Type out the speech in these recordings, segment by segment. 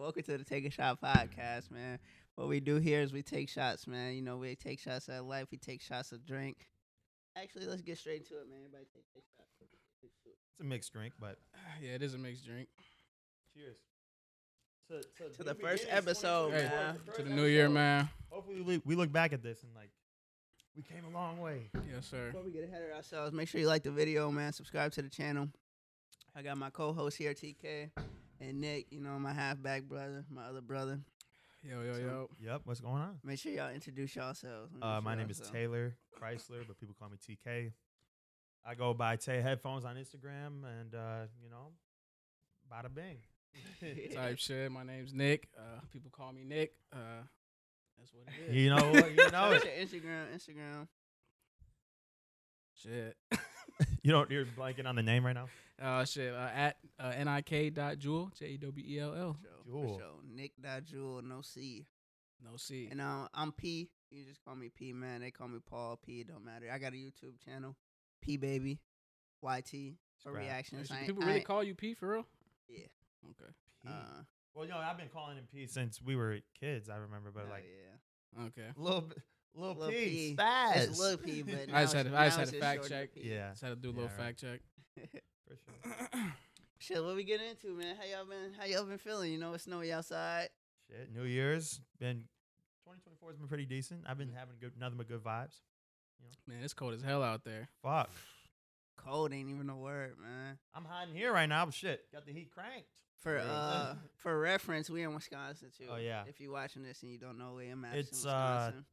welcome to the Take a Shot podcast, man. What we do here is we take shots, man. You know, we take shots at life, we take shots at drink. Actually, let's get straight into it, man. Everybody take their shot. It's a mixed drink, but Yeah, it is a mixed drink. cheers. To, To the first episode, Hey, man. to the new year, man. Hopefully, we, we look back at this and like, we came a long way. Yes, sir. Before we get ahead of ourselves, make sure you like the video, man. Subscribe to the channel. I got my co-host here, TK, and Nick. You know, my halfback brother, my other brother. Yo, yo, yo. Yep. What's going on? Make sure y'all introduce yourselves. Uh, Introduce my name is yourself. Taylor Chrysler, but people call me TK. I go by Tay Headphones on Instagram, and uh, you know, bada bing. Type shit. My name's Nick. Uh, people call me Nick. Uh, that's what it is. you know, what? you know, Oh, it. it's your Instagram, Instagram. Shit. you don't. You're blanking on the name right now. Uh, shit. Uh, at uh, nik dot jewel j e w e l l. Show, Jewel. Show. Nick dot Jewel, no C. No C. And um, I'm P. You just call me P, man. They call me Paul P. It don't matter. I got a YouTube channel, P Baby, YT for Scrap. reactions. Actually, I ain't- people I really ain't- call you P for real? Yeah. Okay. uh, well, you know, I've been calling him P since we were kids. I remember, but oh, like yeah. Okay. little, b- little, Lil P. P, It's spaz. Lil P, but I just now had it's- to- I just now had it's to just fact shortened to check. P. yeah, Just had to do a little Yeah, right. fact check. for sure. Shit, what we get into, man? How y'all been? How y'all been feeling? You know, it's snowy outside. Shit, New Year's been 2024 has been pretty decent. I've Mm-hmm. been having good, nothing but good vibes. Man, it's cold as hell out there. Fuck, Cold ain't even a word, man. I'm hiding here right now. but Shit, got the heat cranked. For Yeah. uh, for reference, we in Wisconsin too. Oh, yeah. If you're watching this and you don't know, we in Madison, It's, uh, Wisconsin.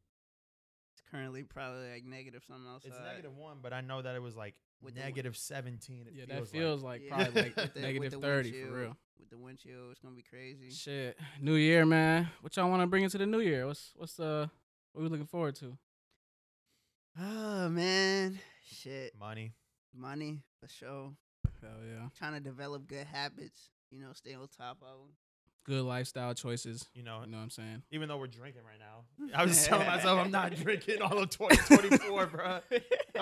it's currently probably like negative something outside. It's negative one, but I know that it was like With the wind. negative 17. It yeah, feels that feels like, Yeah, probably with the- like with negative the 30 for windshield. real. with the windshield. It's gonna be crazy. Shit, New Year, man. What y'all want to bring into the New Year? What's what's uh what we looking forward to? Oh man, shit, money. money for sure. Hell yeah, Trying to develop good habits. You know, stay on top of them. good lifestyle choices. You know, You know what I'm saying? even though we're drinking right now, I was just telling myself I'm not drinking all of 2024, bro. That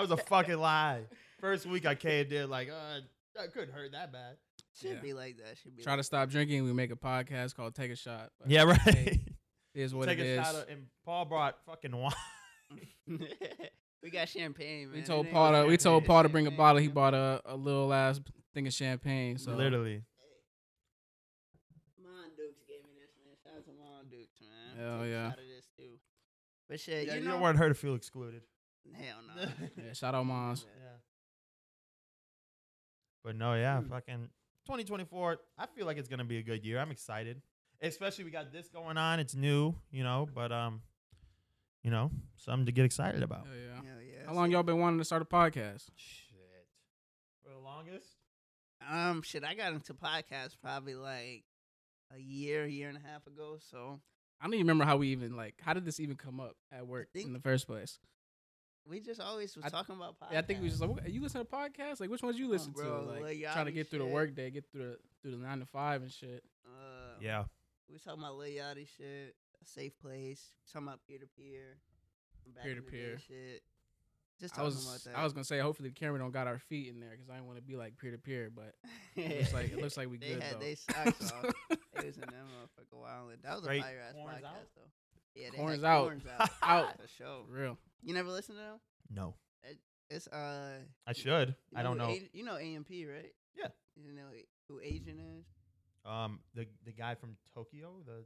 was a fucking lie. First week I caved in, like, uh, that couldn't hurt that bad. Should Yeah. be like that. Should be. Try to like stop drinking. We make a podcast called Take a Shot. But Yeah, right. Hey, it is what Take it a is. shot of, and Paul brought fucking wine. that. we got champagne, man. we It told ain't Paul gonna to, we happen. told It's Paul to bring a champagne, bottle. He man. bought a, a little ass thing of champagne. So Literally. Mon Dukes gave me this, man. Shout out to Mon Dukes, man. Hell Take a yeah. Shot of this too. But shit, Yeah, you you know, don't want her to feel excluded. hell no. yeah, shout out moms. But no, yeah, Hmm. fucking 2024. I feel like it's gonna be a good year. I'm excited, especially we got this going on. It's new, you know, but um, you know, something to get excited about. Hell yeah. Hell yeah. How long y'all been wanting to start a podcast? Shit, for the longest. Um, shit, I got into podcasts probably like a year, year and a half ago. So I don't even remember how we even like. How did this even come up at work think- in the first place? we just always was I- talking about podcasts. Yeah, I think we just like "What- you listen to podcasts. Like which ones you listen Oh, bro, to? Like, like, trying to Yachty get through the shit. workday, get through the through the nine to five and shit. Uh, Yeah, we was talking about Lil Yachty shit, a safe place. we talking about peer to peer, Peer to peer. shit. Just I talking about was that. I was gonna say hopefully the camera don't got our feet in there because I didn't want to be like peer to peer, but it looks like it looks like we they good had though. they socks off. They was in that motherfucker wildin'. That was a Straight fire ass corns podcast out? though. Yeah, they Corns had out. corns out. Out. for sure. For real. You never listen to them? no, It's uh. I should. you I don't who know. A- you know AMP, right? Yeah. You know who Asian is? Um, the the guy from Tokyo. The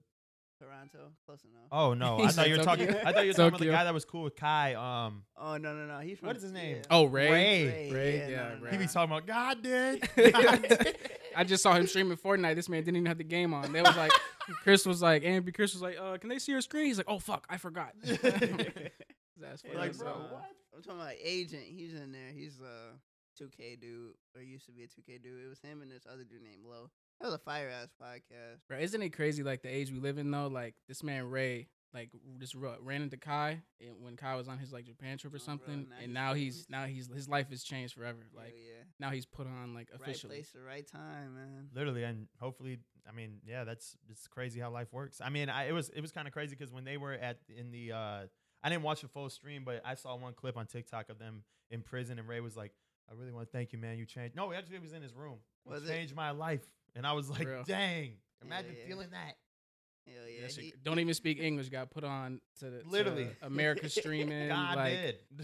Toronto, close enough. Oh, oh no, He I thought said you were talking. Tokyo. I thought you were talking about the Tokyo. guy that was cool with Kai. Um, Oh, no no no, he's from What is his name? yeah. Oh Ray. Ray. Ray, yeah, no, no, Ray. he be no. talking about God did. God did." I just saw him streaming Fortnite. This man didn't even have the game on. They was like, Chris was like, and Chris was like, uh, can they see your screen? He's like, oh fuck, I forgot. That's funny. Like, like, as bro, bro, hell. what? I'm talking about Agent. He's in there. He's a 2K dude, or used to be a 2K dude. It was him and this other dude named Low. That was a fire ass podcast. Bro, isn't it crazy like the age we live in though? Like this man Ray, like just ru- ran into Kai and when Kai was on his like Japan trip or Oh, bro, something, now he's and now he's famous. now he's his life has changed forever. Hell Like yeah, now he's put on like officially. right place, at the right time, man. literally, and hopefully, I mean, yeah, that's it's crazy how life works. I mean, I, it was it was kind of crazy because when they were at in the, uh I didn't watch the full stream, but I saw one clip on TikTok of them in prison, and Ray was like, "I really want to thank you, man. You changed." No, actually, it was in his room. Was you it? changed my life, and I was like, Real. "Dang, imagine yeah. feeling that." Hell yeah. That shit he- Don't even speak English. Got put on to the to Literally. America streaming. God like,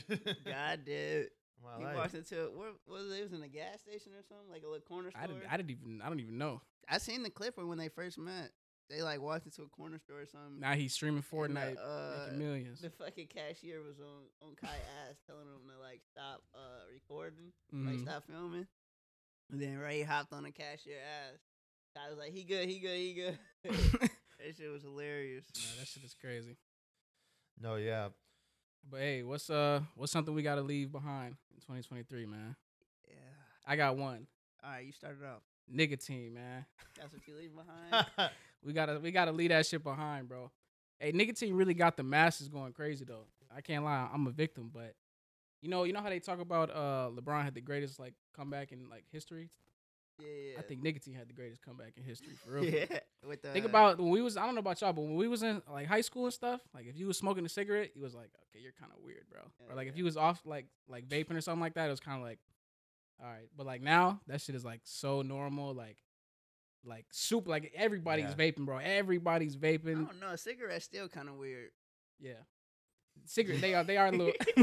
did. God, dude. My He life. walked into it. Where what was it? It was in a gas station or something, like a little corner store. I didn't. I didn't even. I don't even know. I seen the clip where when they first met, they like walked into a corner store or something. Now he's streaming and Fortnite, The, uh, making millions. the fucking cashier was on on Kai ass, telling him to like stop uh recording, like Mhm. stop filming. And then Ray hopped on the cashier ass. Kai was like, "He good, he good, he good." that shit was hilarious. Nah, that shit is crazy. No, yeah. But hey, what's uh, what's something we got to leave behind in 2023, man? Yeah. I got one. All right, you started off. Nicotine, man. That's what you leave behind. yeah, We gotta we gotta leave that shit behind, bro. Hey, nicotine really got the masses going crazy though. I can't lie, I'm a victim, but you know, you know how they talk about uh LeBron had the greatest like comeback in like history. yeah, yeah. I think nicotine had the greatest comeback in history for real. Yeah. With uh, the Think about when we was I don't know about y'all, but when we was in like high school and stuff, like if you was smoking a cigarette, it was like, okay, you're kind of weird, bro. Yeah, or like if yeah. you was off like like vaping or something like that, it was kind of like, all right. But like now, that shit is like so normal, like like soup, like everybody's Yeah. vaping, bro. Everybody's I vaping. don't know. A cigarette's still kind of weird. Yeah, cigarette. They are they are a little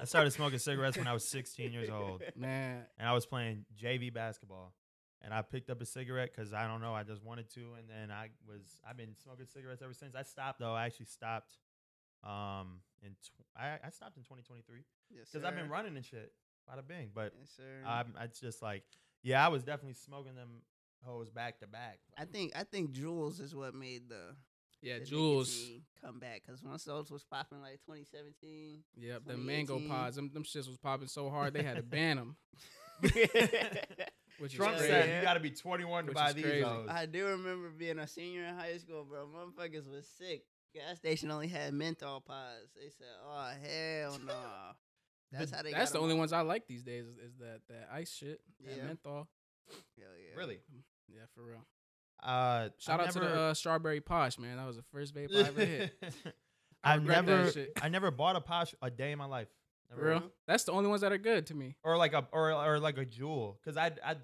I started smoking cigarettes when I was 16 years old, man. and I was playing JV basketball. And I picked up a cigarette because I don't know, I just wanted to. And then I was, I've been smoking cigarettes ever since. I stopped though. I actually stopped. Um, in tw- I, I stopped in 2023 Yes, because I've been sir. running and shit. Bada bing, but Yes, sir. um, it's just like, yeah, I was definitely smoking them hoes back to back. I think I think Jules is what made the, Yeah, the Jules. nicotine come back because once those was popping like 2017, Yep, the mango 2018. pods. Them, them shits was popping so hard they had to ban them. Which Trump is Yeah. crazy. said you got to be 21 to Which buy is these crazy. hoes. I do remember being a senior in high school, bro. Motherfuckers was sick. Gas station only had menthol pods. They said, "Oh hell no." That's how they. That's got the 'em only out. ones I like these days is, is that that ice shit, that Yeah. menthol. Hell yeah. Really? Yeah, for real. Uh, Shout I've out to never- the uh, strawberry posh, man. That was the first vape I ever hit. I I regret that never, shit. I never bought a posh a day in my life, For Never real. really. That's the only ones that are good to me. or like a or or like a jewel, because I I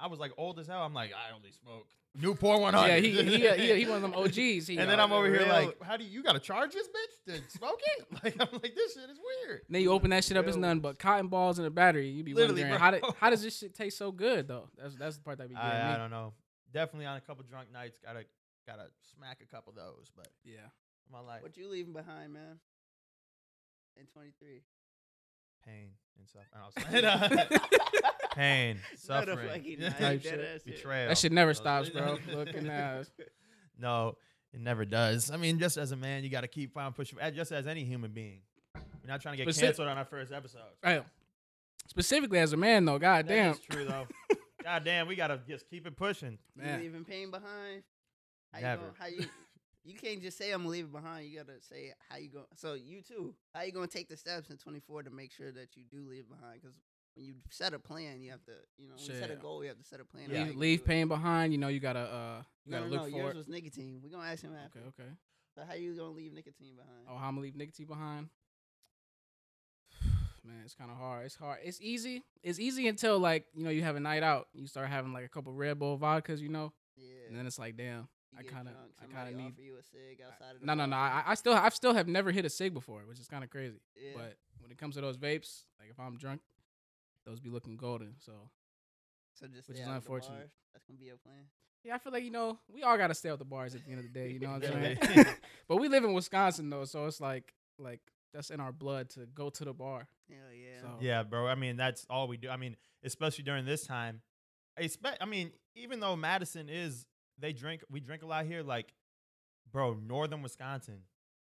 I was like old as hell. I'm like I only smoke Newport 100. Yeah, he he uh, he, he one of them OGs. He, and then uh, I'm over here real- like, how do you, you got to charge this bitch to smoke it? Like I'm like this shit is weird. Then you open that shit up, it's Real none but cotton balls and a battery. You be Literally, wondering how, did, bro. how does this shit taste so good though? That's that's the part that be getting I, I me. don't know. Definitely on a couple drunk nights, gotta gotta smack a couple of those. But Yeah, my life, What you leaving behind, man? In 23. pain and suffering. I don't know. pain, Not a suffering, fucking knife, dead Type shit. ass shit. betrayal. that shit never Those- stops, bro. Looking ass. No, it never does. I mean, just as a man, you got to keep on pushing. uh, Just as any human being, we're not trying to get Specific- canceled on our first episode. Damn. Specifically as a man though, That goddamn, is true though. God damn, we gotta just keep it pushing. You man. leaving pain behind? How You Never. gonna, how you? You can't just say I'm leaving behind. You gotta say how you going. So you too. How you gonna take the steps in 24 to make sure that you do leave behind? Because when you set a plan, you have to. You know, when you set a Shit. goal, you have to set a plan. on how Yeah. you Leave, gonna leave do it. pain behind. You know you gotta uh you No, gotta no, look no. for Yours it. was nicotine. We're gonna ask him after. Okay, okay. So how you gonna leave nicotine behind? Oh, how I'm gonna leave nicotine behind. Man, it's kind of hard. It's hard. It's easy. It's easy until like you know you have a night out. You start having like a couple Red Bull vodkas, you know, yeah. and then it's like, you damn. I get kinda- drunk, I kinda somebody need- Offer you a cig outside of the No, no, bar. no. I, I still, I've still have never hit a cig before, which is kind of crazy. Yeah. But when it comes to those vapes, like if I'm drunk, those be looking golden. So so just which stay is out of the unfortunate. bars. That's gonna be your plan. yeah, I feel like you know we all gotta stay at the bars at the end of the day. You know what I'm saying? Literally. but we live in Wisconsin though, so it's like like that's in our blood to go to the bar. Hell yeah. So Yeah, bro. I mean, that's all we do. I mean, especially during this time. Expect. I mean, even though Madison is, they drink. We drink a lot here. Like, bro, northern Wisconsin.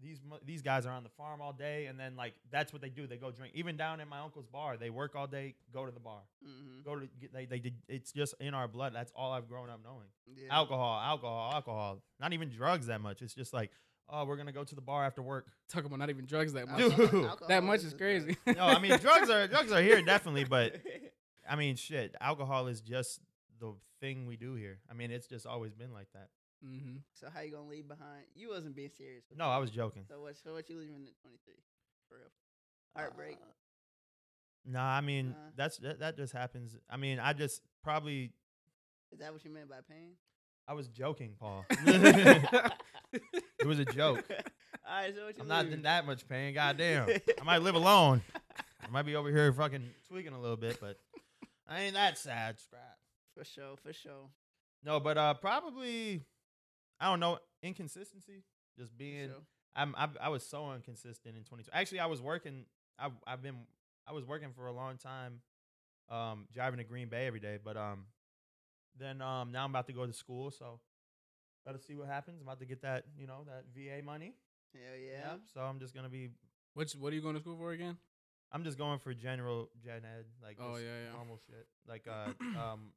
These mu- these guys are on the farm all day, and then like that's what they do. They go drink. Even down at my uncle's bar, they work all day, go to the bar, hmm go to. get- They they did. It's just in our blood. That's all I've grown up knowing. yeah. Alcohol, alcohol, alcohol. Not even drugs that much. It's just like, oh, we're gonna go to the bar after work. talking about not even drugs that much. Dude. That alcohol much is just crazy. No, I mean drugs are drugs are here definitely, but I mean, shit, alcohol is just the thing we do here. I mean, it's just always been like that. hmm So how you gonna leave behind? You wasn't being serious. with No, that. I was joking. So what? So what you leaving at twenty three? For real. Heartbreak. Uh, Nah, I mean, Uh. that's that, that just happens. I mean, I just probably Is that what you meant by pain? I was joking, Paul. it it was a joke. All right, so what you I'm not mean? in that much pain. Goddamn. I might live alone. I might be over here fucking tweaking a little bit, but I ain't that sad. Scrap. for sure, for sure. No, but uh, probably I don't know inconsistency. Just for being, sure. I'm, I, I was so inconsistent in 22. Actually, I was working. I, I've been, I was working for a long time, um, driving to Green Bay every day. But um, then um, now I'm about to go to school, so gotta see what happens. I'm about to get that, you know, that VA money. Hell yeah. Yep, So I'm just gonna be Which what are you going to school for again? I'm just going for general gen ed, like Oh, just yeah, yeah. normal shit, like uh, um,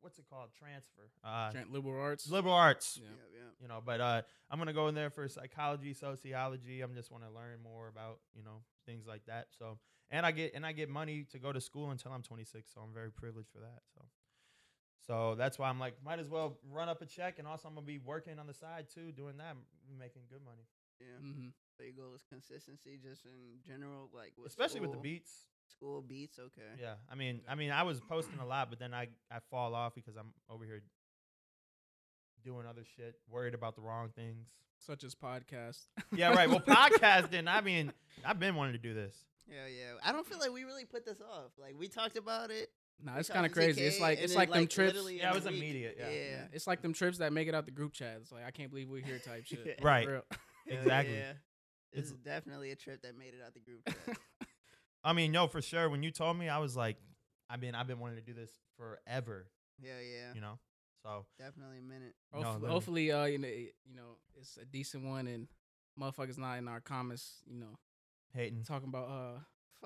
what's it called? Transfer, uh, Trent Liberal Arts. liberal arts, Yeah. Yep, yep. you know. But uh, I'm gonna go in there for psychology, sociology. I'm just want to learn more about you know things like that. So and I get and I get money to go to school until I'm 26, so I'm very privileged for that. So. So that's why I'm like, might as well run up a check, and also I'm gonna be working on the side too, doing that, making good money, Yeah. Mm. hmm So your goal is consistency just in general, like with especially with the school- Eh. beats. School beats, okay. Yeah, I mean, I mean, I was posting a lot, but then I I fall off because I'm over here doing other shit, worried about the wrong things. Such as podcast. Yeah, right. Well, podcasting. I mean, I've been wanting to do this. Hell yeah. I don't feel like we really put this off. Like we talked about it. Nah, we it's talked kind of to crazy. It's TK, like and it's then, like, them trips. literally Yeah, in it was a week- immediate, yeah. Yeah. Yeah, It's like them trips that make it out the group chat. It's like I can't believe we're here type shit. Right. Real. Hell Exactly. Yeah. This It's- is definitely a trip that made it out the group. chat. I mean, no, for sure. When you told me, I was like, I mean, I've been wanting to do this forever. Hell yeah. You know, so Definitely a minute. No, Hopefully, literally. hopefully, uh, you know, it- you know, it's a decent one, and motherfuckers not in our comments, you know, hating. talking about uh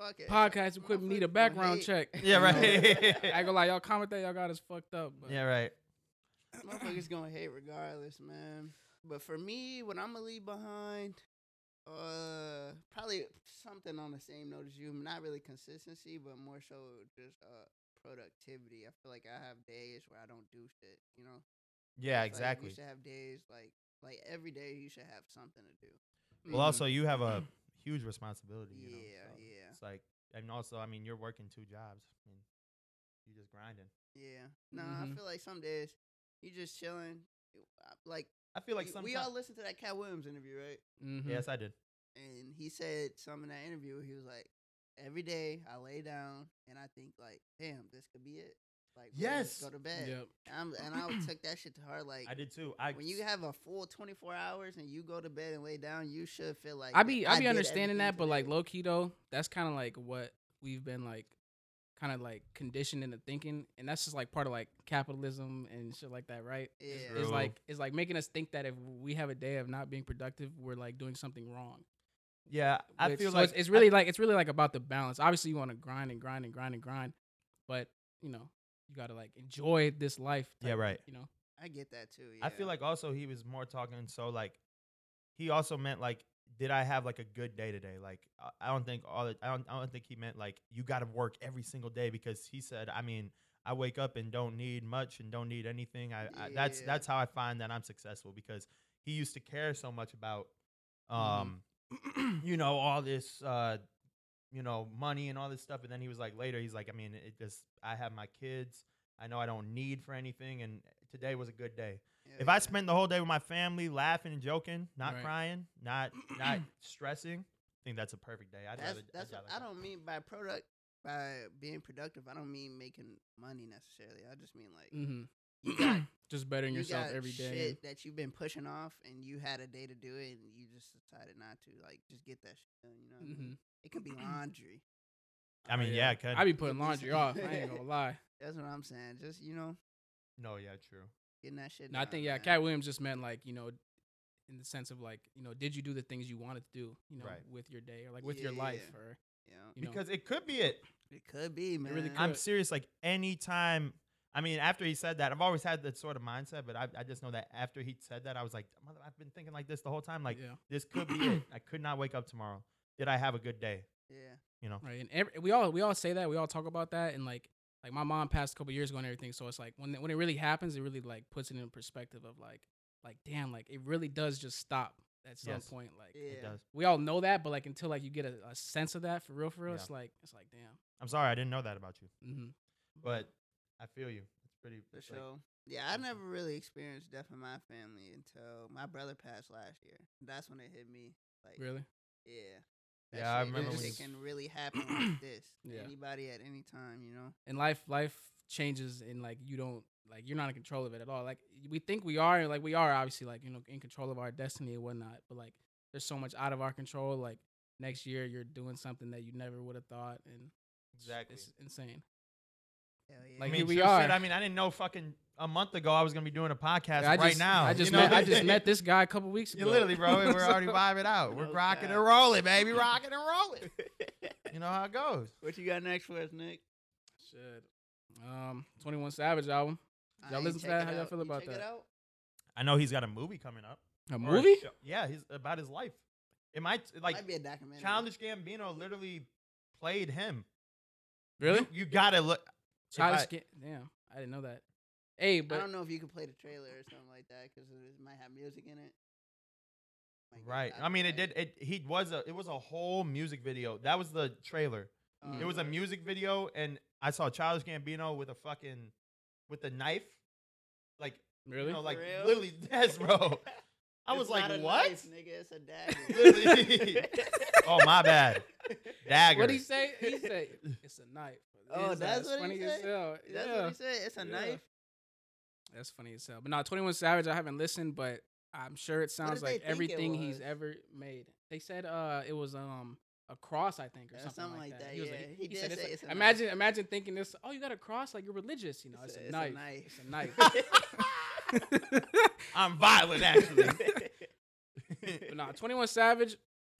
Fuck it. podcast equipment need a background Motherfuckers gonna check. hate. Yeah, You know? right. I ain't gonna lie, y'all comment that y'all got us fucked up. But Yeah, right. Motherfuckers gonna hate regardless, man. But for me, what I'm gonna leave behind, uh, probably something on the same note as you. Not really consistency, but more so just uh productivity. I feel like I have days where I don't do shit. You know. Yeah, I feel Like exactly. you should have days like like every day you should have something to do. Well, also, you have a huge responsibility. You know, Yeah, so yeah. It's like, and also, I mean, you're working two jobs. I mean, you just grinding. Mm-hmm, Yeah. No, I Mhm. feel like some days you just chilling. You- I- Like, I feel like we- sometimes. we all listened to that Cat Williams interview, right? Mhm. yes, I did. and he said something in that interview. He was like, "Every day I lay down and I think like, damn, this could be it. Like, we'll just Yes. go to bed." Yep. And I'm, and I took that shit to heart. Like, I did too. I when you have a full 24 hours and you go to bed and lay down, you should feel like I be I, did be understanding that, everything but like today." low key though, that's kind of like what we've been like, kind of like conditioned into thinking, and that's just like part of like capitalism and shit like that, right? yeah, True. It's like it's like making us think that if we have a day of not being productive, we're like doing something wrong. yeah, I Which- feel so like it's, it's really like it's really like about the balance. Obviously, you want to grind and grind and grind and grind, but you know you gotta like enjoy this life. Yeah, type, right. You know, I get that too. Yeah. I feel like also he was more talking so like he also meant like did I have like a good day today? Like I- I don't think all the, I don't I don't think he meant like you got to work every single day because he said I mean I wake up and don't need much and don't need anything. I, I that's Yeah. that's how I find that I'm successful because he used to care so much about um Mm-hmm. you know all this uh you know money and all this stuff and then he was like later he's like I mean it just I have my kids. I know I don't need for anything and today was a good day. Hell If I yeah. spend the whole day with my family laughing and joking, not Right. crying, not not stressing, I think that's a perfect day. I'd that's rather, that's I'd what I rather- don't mean by product by being productive. I don't mean making money necessarily. I just mean like hmm you got just bettering you yourself got every day. Shit that you've been pushing off, and you had a day to do it, and you just decided not to. Like, just get that shit done. You know, what I mean? Mhm. it could be laundry. I mean, yeah, it could. I be putting laundry off. I ain't gonna lie. That's what I'm saying. Just you know, no, yeah, true. getting that shit. No, I done, think yeah, man. Cat Williams just meant like you know, in the sense of like you know, did you do the things you wanted to do, you know, Right. with your day or like with your life Yeah. or You know, you know, Because it could be it. it could be, man. really I'm Could. serious. Like any time, I mean, after he said that, I've always had that sort of mindset, but I, I just know that after he said that, I was like, Mother, I've been thinking like this the whole time. Like yeah, this could be it. I could not wake up tomorrow. Did I have a good day? Yeah, You know. right. And every, we all we all say that we all talk about that and like like my mom passed a couple years ago and everything, so it's like when when it really happens, it really like puts it in perspective of like like damn, like it really does just stop at some Yes. point. Like yeah. It does. we all know that, but like until like you get a, a sense of that for real, for real, Yeah. it's like it's like damn. I'm sorry, I didn't know that about you, Mm-hmm. but I feel you. It's pretty. For like, mm-hmm. sure. Yeah, I never really experienced death in my family until my brother passed last year. That's when it hit me. Like, Really? yeah. Yeah, I shit- remember that when shit you- can really happen like this. to Yeah. Anybody at any time, you know. And life life changes and like you don't like you're not in control of it at all. Like we think we are, like we are obviously like, you know, in control of our destiny and whatnot, but like there's so much out of our control. Like next year you're doing something that you never would have thought and it's- Exactly. it's insane. Hell yeah. I Like, mean, here we sure shit, are. I mean, I didn't know fucking a month ago I was gonna be doing a podcast I right just, now. I you just know? met I just met this guy a couple weeks You ago. literally, bro. We're already So- vibing out. No We're rocking cap. and rolling, baby. Rocking and rolling. You know how it goes. what you got next for us, Nick? Shit. Um, Twenty One Savage album, I Y'all ain't listen to check that? it How y'all out. feel You about check that? It out? I know he's got a movie coming up. a Or movie. show- yeah, he's about his life. It might like Might be a documentary. Childish Gambino literally played him. Really? You, you gotta look. if Childish I- Ga- Damn, I didn't know that. Hey, I but don't know if you could play the trailer or something like that because it might have music in it. Might get Right. I mean, it did. copyrighted. It he was a. It was a whole music video. That was the trailer. Oh, It was a Mm. word. music video, and I saw Childish Gambino with a fucking, with a knife, like really, you know, like real? literally yes, bro. I It's was not like, a what? knife, nigga, it's a dagger. Literally. oh my bad, dagger. what he say? He said it's a knife. Oh, His that's ass what he funny as say? hell. That's yeah, what he said. It's a Yeah. knife. that's funny as hell. But no, Twenty One Savage, I haven't listened, but I'm sure it did sounds they like think it everything he's was? ever made. They said uh, it was um. A cross, I think, or Uh, something, like that. He was like, yeah. he, He did said, say like- it's a knife. imagine, imagine thinking this. Oh, you got a cross, like you're religious, you know? It's, a, knife. It's a knife. but I'm violent, actually. nah, Twenty One Savage.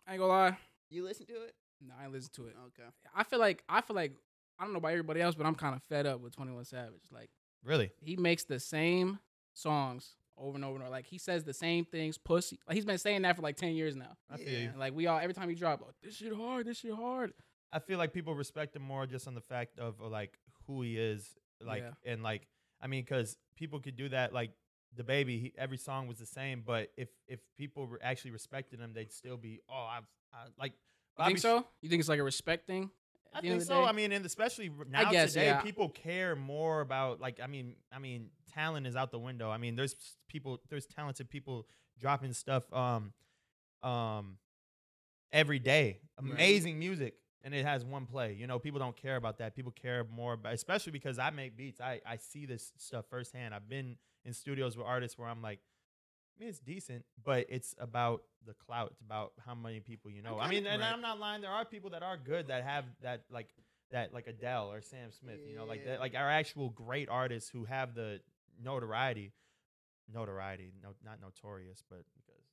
I ain't gonna lie. you listen to it? No, I ain't listen to it. Okay. I feel like I feel like I don't know about everybody else, but I'm kind of fed up with Twenty One Savage. Like really? he makes the same songs over and over and over. Like he says the same things. Pussy. Like he's been saying that for like ten years now. I feel Yeah. you. And like we all every time he drop, oh, this shit hard. This shit hard. I feel like people respect him more just on the fact of uh, like who he is, like Yeah. and like I mean, because people could do that. Like the baby, he, every song was the same, but if if people were actually respected him, they'd still be oh I've I, like You Bobby think Sh- so? You think it's like a respect thing? at I the think end of the so. day? I mean, and especially r- now guess, today, yeah. people care more about like I mean, I mean, talent is out the window. I mean, there's s- people, there's talented people dropping stuff, um, um, every day, Right. amazing music, and it has one play. You know, people don't care about that. People care more, about, especially because I make beats. I I see this stuff firsthand. I've been in studios with artists where I'm like. I mean, it's decent, but it's about the clout. It's about how many people you know. I kinda- mean, and right. I'm not lying. There are people that are good that have that like that like Adele or Sam Smith. You know, like Yeah. that, like our actual great artists who have the notoriety, notoriety, no, not notorious, but because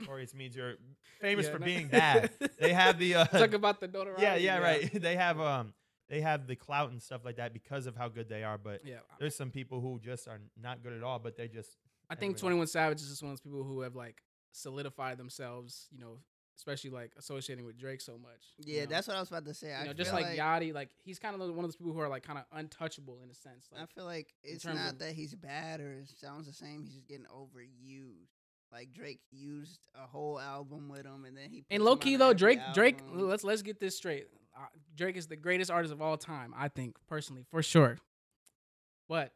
notorious means you're famous Yeah, for no- being bad. They have the uh, Talk about the notoriety. yeah, yeah, right. they have um, they have the clout and stuff like that because of how good they are. But Yeah, there's some people who just are not good at all, but they just I think Everybody. Twenty One Savage is just one of those people who have like solidified themselves, you know, especially like associating with Drake so much. you Yeah, know? that's what I was about to say. I you know, just feel like, Yachty, like he's kind of one of those people who are like kind of untouchable in a sense. I Like, feel like in it's terms not of- that he's bad or it sounds the same. He's just getting overused. Like Drake used a whole album with him, and then he. and puts low him key out on though, every Drake, Drake, album. let's let's get this straight. Uh, Drake is the greatest artist of all time, I think personally, for sure. But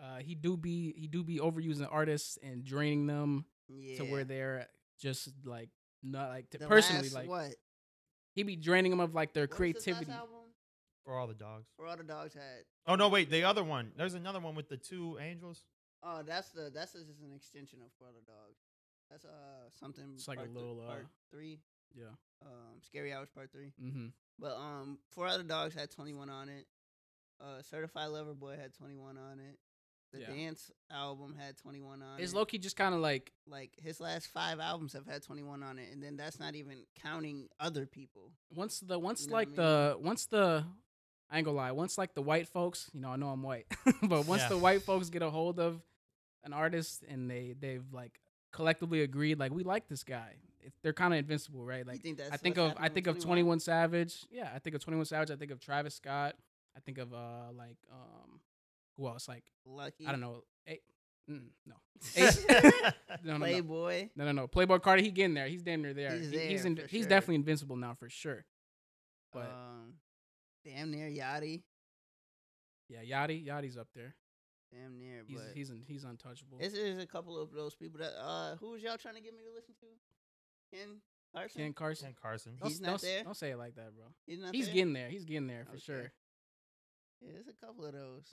uh, he do be he do be overusing artists and draining them yeah. to where they're just like not like to The personally last, like what What he be draining them of like their was his last creativity. album? for all the dogs. Where all the dogs had. Oh no, wait, the other one. There's another one with the two angels. Oh, that's the that's just an extension of For the Dogs. That's uh something. It's like a part th- little, part uh, three. Yeah. Um, Scary Hours Part Three. Mm-hmm. But um, Four Other Dogs had 21 on it. Uh, Certified Lover Boy had 21 on it. The Yeah. Dance album had 21 on It's it. low key just kind of like like his last five albums have had 21 on it, and then that's not even counting other people. once the once know what I like mean? the once the I ain't gonna lie, once like the white folks, you know, I know I'm white, but once Yeah. the white folks get a hold of an artist and they they've like collectively agreed, like we like this guy, it, they're kind of invincible, right? you Like think that's I think what's of I happening think with of Twenty One Savage, yeah, I think of Twenty One Savage, I think of Travis Scott, I think of uh like um who else? Like Lucky. I don't know, a- mm, no. Ace- no, That's no, no, no, Playboy. no, no, no, Playboy Carter, he getting there, he's damn near there, He's He- he's there in, for he's sure. definitely invincible now for sure, but. Um, damn near Yachty. Yeah, Yachty, Yachty's up there. Damn near, He's but he's un, he's untouchable. This is a couple of those people that uh who was y'all trying to get me to listen to? Ken Carson. Ken Carson. Ken Carson. Don't, He's don't not s- there? Don't say it like that, bro. He's not He's there? getting there. He's getting there for Okay. sure. Yeah, there's a couple of those.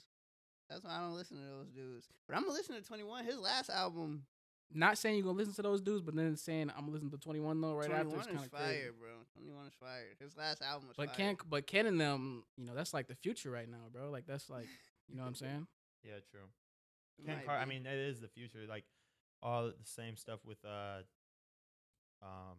That's why I don't listen to those dudes. But I'm gonna listen to 21. His last album, Not saying you're gonna listen to those dudes, but then saying I'm gonna listen to 21 though right 21 after is is kind of fire, crazy. bro. 21 is fire. His last album was But fire. Ken, but Ken and them, you know, that's like the future right now, bro. Like that's like, you know what I'm saying? Yeah, true. It Ken might Car- I be. mean, it is the future. Like all the same stuff with uh, um,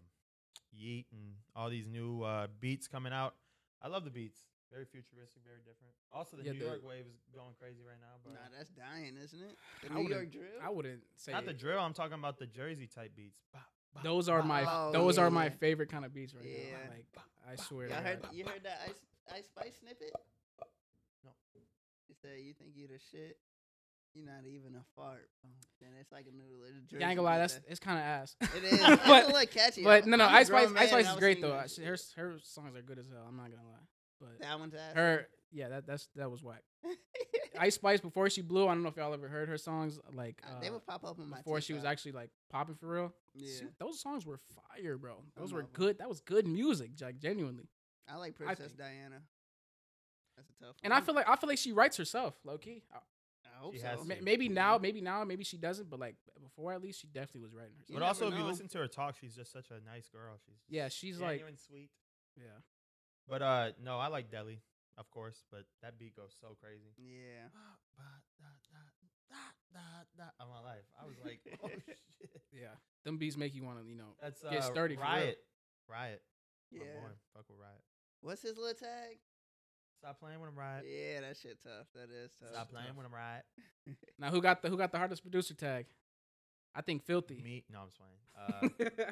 Yeet and all these new uh, beats coming out. I love the beats. Very futuristic, very different. Also, the Yeah, New the- York wave is going crazy right now. But nah, that's dying, isn't it? The I New would've- York drill. I wouldn't say not the drill. I'm talking about the Jersey type beats. Bop, bop, those are my Oh, those yeah, are my yeah. favorite kind of beats right Yeah. now. Like I swear, Y'all to heard? God. You heard that Ice Ice Spice snippet? No. He said, "You think you the shit? You're not even a fart." And it's like a noodle. It's Yeah, I ain't gonna lie, that's it's kind of ass. It is. It's But- a little catchy. But I'm- no, no, I'm a Ice Spice, grown man Ice Spice and I is was great singing though. that I- she- shit. Her her songs are good as hell. I'm not gonna lie, but That one's ass. her yeah, that that's that was whack. Ice Spice before she blew. I don't know if y'all ever heard her songs like Uh, uh, they would pop up on my before she was TikTok. actually like popping for real. Yeah, She- those songs were fire, bro. Those were love 'em. good. That was good music, like genuinely. I like Princess think- Diana. That's a tough. And one. I feel like I feel like she writes herself, low key. I- I hope She so. has ma- to. Maybe now, maybe now, maybe she doesn't. But like before, at least she definitely was writing herself. You but also, never if you know. listen to her talk, she's just such a nice girl. She's Yeah, she's like- genuine sweet. Yeah. But uh, no, I like Deli, of course. But that beat goes so crazy. Yeah. On my life, I was like, oh shit. Yeah, them beats make you want to, you know. That's uh, Get sturdy for real. Riot. Riot. Yeah. My boy. Fuck with Riot. What's his little tag? Stop playing with him, Riot. Yeah, that shit tough. That is tough. Stop playing with him, Riot. Now who got the who got the hardest producer tag? I think Filthy. Me? No, I'm just playing. Uh,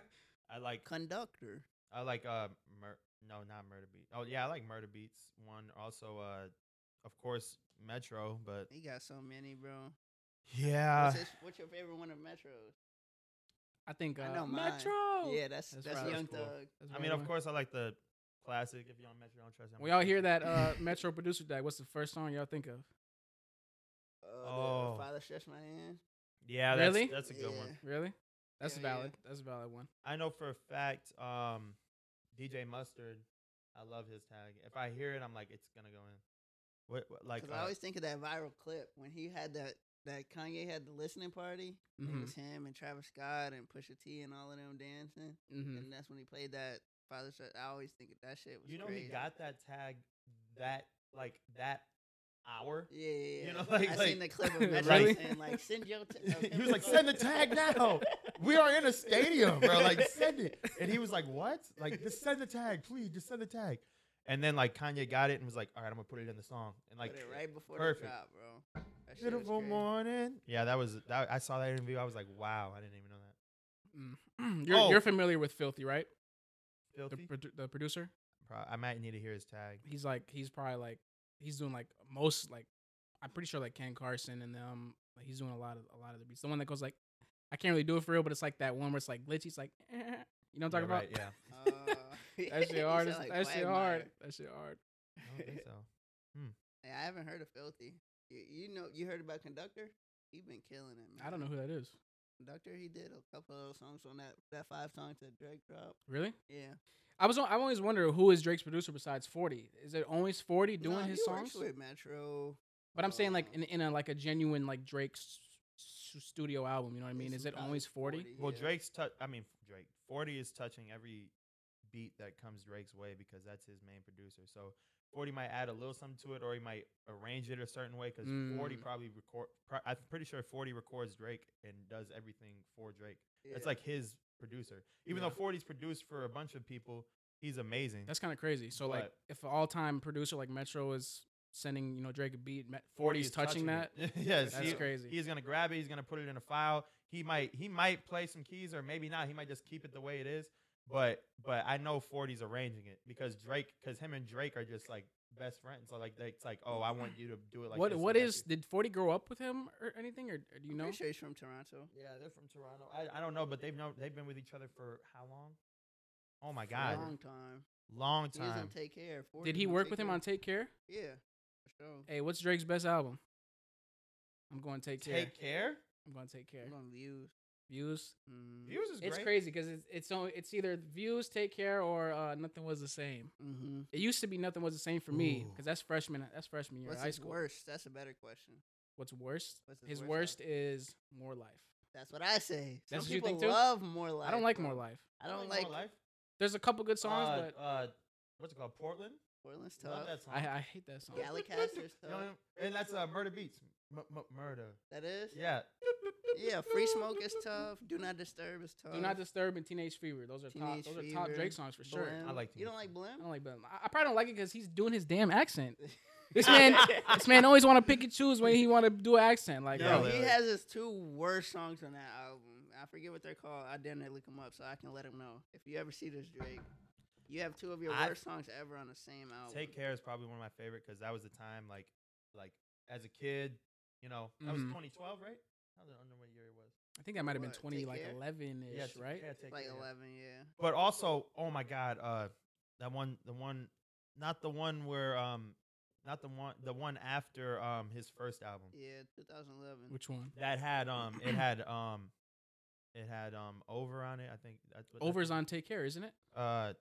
I like Conductor. I like uh mur- no not murder beat. Oh yeah, I like murder beats. One also uh of course Metro, but He got so many, bro. yeah. Uh, what's, his, what's your favorite one of Metro's? I think uh, I know mine. Metro. Yeah, that's That's that's, right. Young That's cool. Thug. That's I my mean, of one. course I like the classic. If you on Metro, don't trust. you on When y'all Metro. hear that uh, Metro producer tag, what's the first song y'all think of? Uh, Oh. oh, Father stretch my hand. Yeah, that's, Really? that's a good one. Yeah. Really? That's Yeah, yeah. valid. That's a valid one. I know for a fact, um, DJ Mustard. I love his tag. If I hear it, I'm like, it's gonna go in. What, what like? Because uh, I always think of that viral clip when he had that that Kanye had the listening party. It hmm was him and Travis Scott and Pusha T and all of them dancing. hmm And that's when he played that Father Stretch. I always think that shit was. you know, crazy. he got that tag that like that hour. Yeah, yeah, yeah. you know, like- I like- seen the clip of Metro Really? saying like send your. T- He was like, "Send the tag now." We are in a stadium, bro. Like send it. And he was like, "What? Like just send the tag, please. Just send the tag." And then like Kanye got it and was like, "All right, I'm gonna put it in the song." And like, Put it right before perfect. the drop, bro. That shit was beautiful crazy. morning. Yeah, that was. That, I saw that interview. I was like, "Wow, I didn't even know that." Mm. you're, you're Oh. familiar with Filthy, right? The, Filthy. produ- the producer. Pro- I might need to hear his tag. He's like he's probably like he's doing like most like I'm pretty sure like Ken Carson and um like he's doing a lot of a lot of the beats. The one that goes like I can't really do it for real, but it's like that one where it's like glitchy. It's like eh. you know what I'm Yeah, talking right, about? yeah. Uh, That he shit hard. sound as- like that shit Quagmire. hard. That shit hard. I don't think so. Yeah, I haven't heard of Filthy. You, you know, you heard about Conductor? He been killing it, man. I don't know who that is. Conductor, he did a couple of those songs on that that five songs that Drake dropped. Really? Yeah, I was. al- I've always wondered who is Drake's producer besides Forty. Is it always Forty doing No, his he songs? works with Metro. But I'm saying like uh, in, in a like a genuine like Drake's s- s- studio album. You know what I mean? it's Is it probably always forty? Well, yeah. Drake's touch. I mean, Drake Forty is touching every beat that comes Drake's way because that's his main producer. So Forty might add a little something to it, or he might arrange it a certain way because Forty Mm. probably record. Pro- I'm pretty sure Forty records Drake and does everything for Drake. It's Yeah. like his producer, even Yeah. though Forty's produced for a bunch of people. He's amazing. That's kind of crazy. So like But- if an all time producer like Metro is sending you know Drake a beat, Met- 40 is touching, that. it. yes, That's he- crazy. He's gonna grab it. He's gonna put it in a file. He might he might play some keys or maybe not. He might just keep it the way it is. But but I know 40's arranging it because Drake because him and Drake are just like best friends. So like they, it's like oh I want you to do it like what this, what like that." is did forty grow up with him or anything or, or do you I'm know? pretty sure he's from Toronto. yeah they're from Toronto. I, I don't know but they've known they've been with each other for how long? Oh my For a god, long time. long He was on time. Take Care. 40 Did he was work Take with him Care. on Take Care? Yeah, for sure. Hey, what's Drake's best album? I'm going to take care. Take care. Mm-hmm. I'm going to take care. I'm gonna use. Views. Mm, Views is It's great. crazy because it's it's only it's either views take care or uh, nothing was the same. hmm It used to be nothing was the same for me Ooh. because that's freshman that's freshman year of What's high his school. worst? That's a better question. What's worse? What's his his worst worst album? is more life. That's what I say. Some That's what you people think too? love more life. I don't like bro. more life. I don't More like life. There's a couple good songs, uh, but uh, what's it called? Portland. Portland's tough. Love that song. I, I hate that song. Galley Caster's You know what I tough. mean? and that's uh, Murder Beats. M- m- murder. That is. Yeah. Yeah. Free smoke is tough. Do not disturb is tough. Do not disturb and Teenage Fever. Those are Teenage top. Those are top Fever, Drake songs for sure. Blim. I like You don't like Teenage I Blim? don't like Blim. I, I probably don't like it because he's doing his damn accent. This man, this man always want to pick and choose when he want to do an accent. Like, Yeah, Yo, bro, like- he has his two worst songs on that album. I forget what they're called. I didn't look them up, so I can let him know. If you ever see this, Drake, you have two of your I- worst songs ever on the same album. Take Care is probably one of my favorite because that was the time, like, like as a kid, you know, that was Mhm. 2012, right? I don't know what year it was. I think that might have been What, twenty Take like Care? eleven ish, Take right? Care, Take like Care. eleven, yeah. But also, oh my God, uh, that one, the one, not the one where, um, not the one, the one after, um, his first album Yeah, 2011. Which one? that had, um, it had, um, it had, um, over on it. I think that's what Over's that's, on Take Care, isn't it? Uh,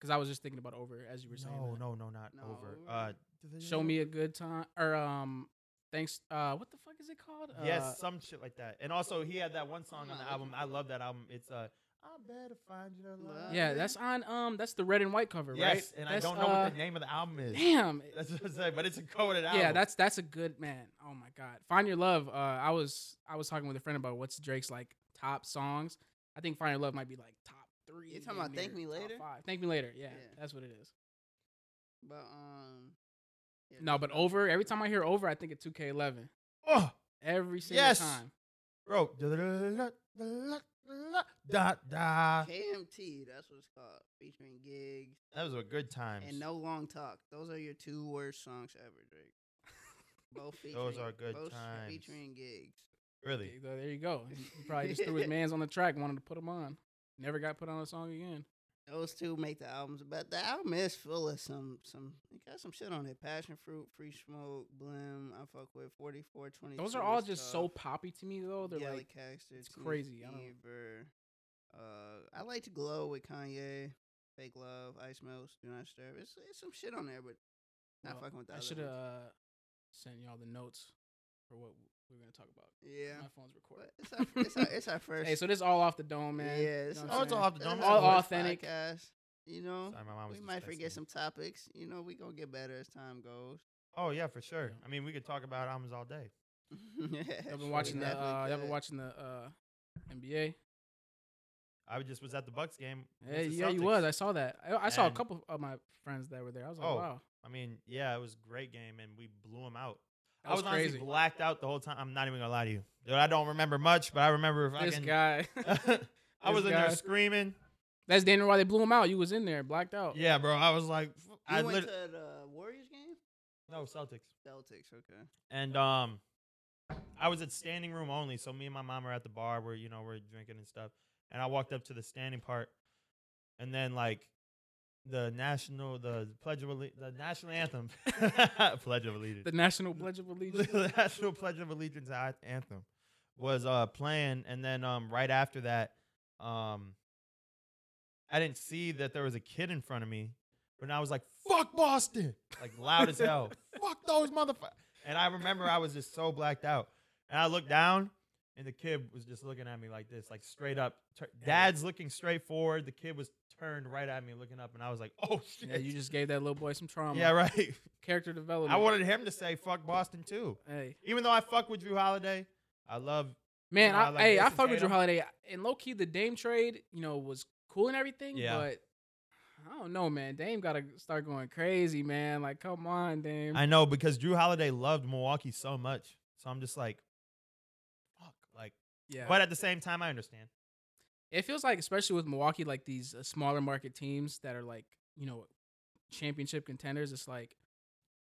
Because I was just thinking about Over as you were saying. no, that. no, no, not No, over. Over. Uh, Show me a good time or um, thanks. Uh, what the fuck is it called? Uh, yes, some shit like that. And also, he had that one song on Nah, the that's album. not I it. love that album. It's uh, I better find your love. Yeah, Uh, that's on um, that's the red and white cover, yes. right? And That's, I don't know uh, what the name of the album is. Damn. That's what I'm saying. But it's a coded album. Yeah, that's that's a good man. Oh my god, Find Your Love. Uh, I was I was talking with a friend about what's Drake's like top songs. I think Find Your Love might be like top three. You talking damn about Thank near Me top Later? Five. Thank Me Later. Yeah, Yeah. that's what it is. But um, yeah, No, that's but what I over think. every time I hear over, I think of 2K11 oh, every single Yes. time. bro. Da, da. KMT, that's what it's called, featuring gigs That was a good time. and no long talk. Those are your two worst songs ever, Drake. Both featuring, Those are good both times. featuring gigs. really. There there you go. He probably just threw his man's on the track, wanted to put him on. Never got put on a song again. Those two make the albums, but the album is full of some some. It got some shit on it. Passion fruit, free smoke, blim. I fuck with forty four twenty. Those are all just so poppy to me though. They're like it's crazy, I don't- Fever. Uh, I like to glow with Kanye. Fake love, ice melts, do not disturb. It's, it's some shit on there, but not Well, fucking with that. I should have uh, sent y'all the notes for what we are gonna talk about. Yeah. My phone's recording. But it's our, it's our, it's our first. Hey, so this all off the dome, man. Yeah, You it's, know what I'm Oh, it's all saying? off the it's dome. our All first authentic. podcast, you know, Sorry, my mom was we just might forget texting. some topics. You know, we gonna get better as time goes. Oh yeah, for sure. Yeah. I mean, we could talk about albums all day. Y'all Definitely been watching the uh, y'all could. been watching the uh, NBA. I was- just was at the Bucks game. Hey, against the yeah, you was. Celtics. I saw that. I, I saw a And- couple of my friends that were there. I was like, Oh, wow, I mean, yeah, it was a great game, and we blew them out. that I was crazy. honestly blacked out the whole time. I'm not even gonna lie to you, dude. I don't remember much, but I remember if This I can. guy. I was in this there guy. screaming. That's Daniel why they blew him out. You was in there, blacked out. Yeah, bro. I was like, f- You I went lit- to the Warriors game? no Celtics, Celtics, okay. and um, I was at standing room only. So me and my mom are at the bar where you know we're drinking and stuff, and I walked up to the standing part, and then like. The national, the pledge of Alle- the national anthem, pledge of allegiance. The National Pledge of Allegiance. the National Pledge of Allegiance a- anthem was uh playing, and then um right after that, um I didn't see that there was a kid in front of me, but I was like, "Fuck Boston!" Like loud as hell, "Fuck those motherfuckers!" And I remember I was just so blacked out, and I looked down, and the kid was just looking at me like this, like straight up. Tur- Dad's looking straight forward. The kid was turned right at me, looking up, and I was like, "Oh shit!" yeah, you just gave that little boy some trauma. yeah, right. Character development. I wanted him to say "fuck Boston" too. Hey, Even though I fuck with Drew Holiday, I love. man. know, I, like hey, I Jason fuck with Drew Tatum. Holiday. And low key, the Dame trade, you know, was cool and everything. Yeah. But I don't know, man. Dame gotta start going crazy, man. Like, come on, Dame. I know because Drew Holiday loved Milwaukee so much, so I'm just like, fuck. Like, yeah. but at the same time, I understand. it feels like, especially with Milwaukee, like these uh, smaller market teams that are like, you know, championship contenders. It's like,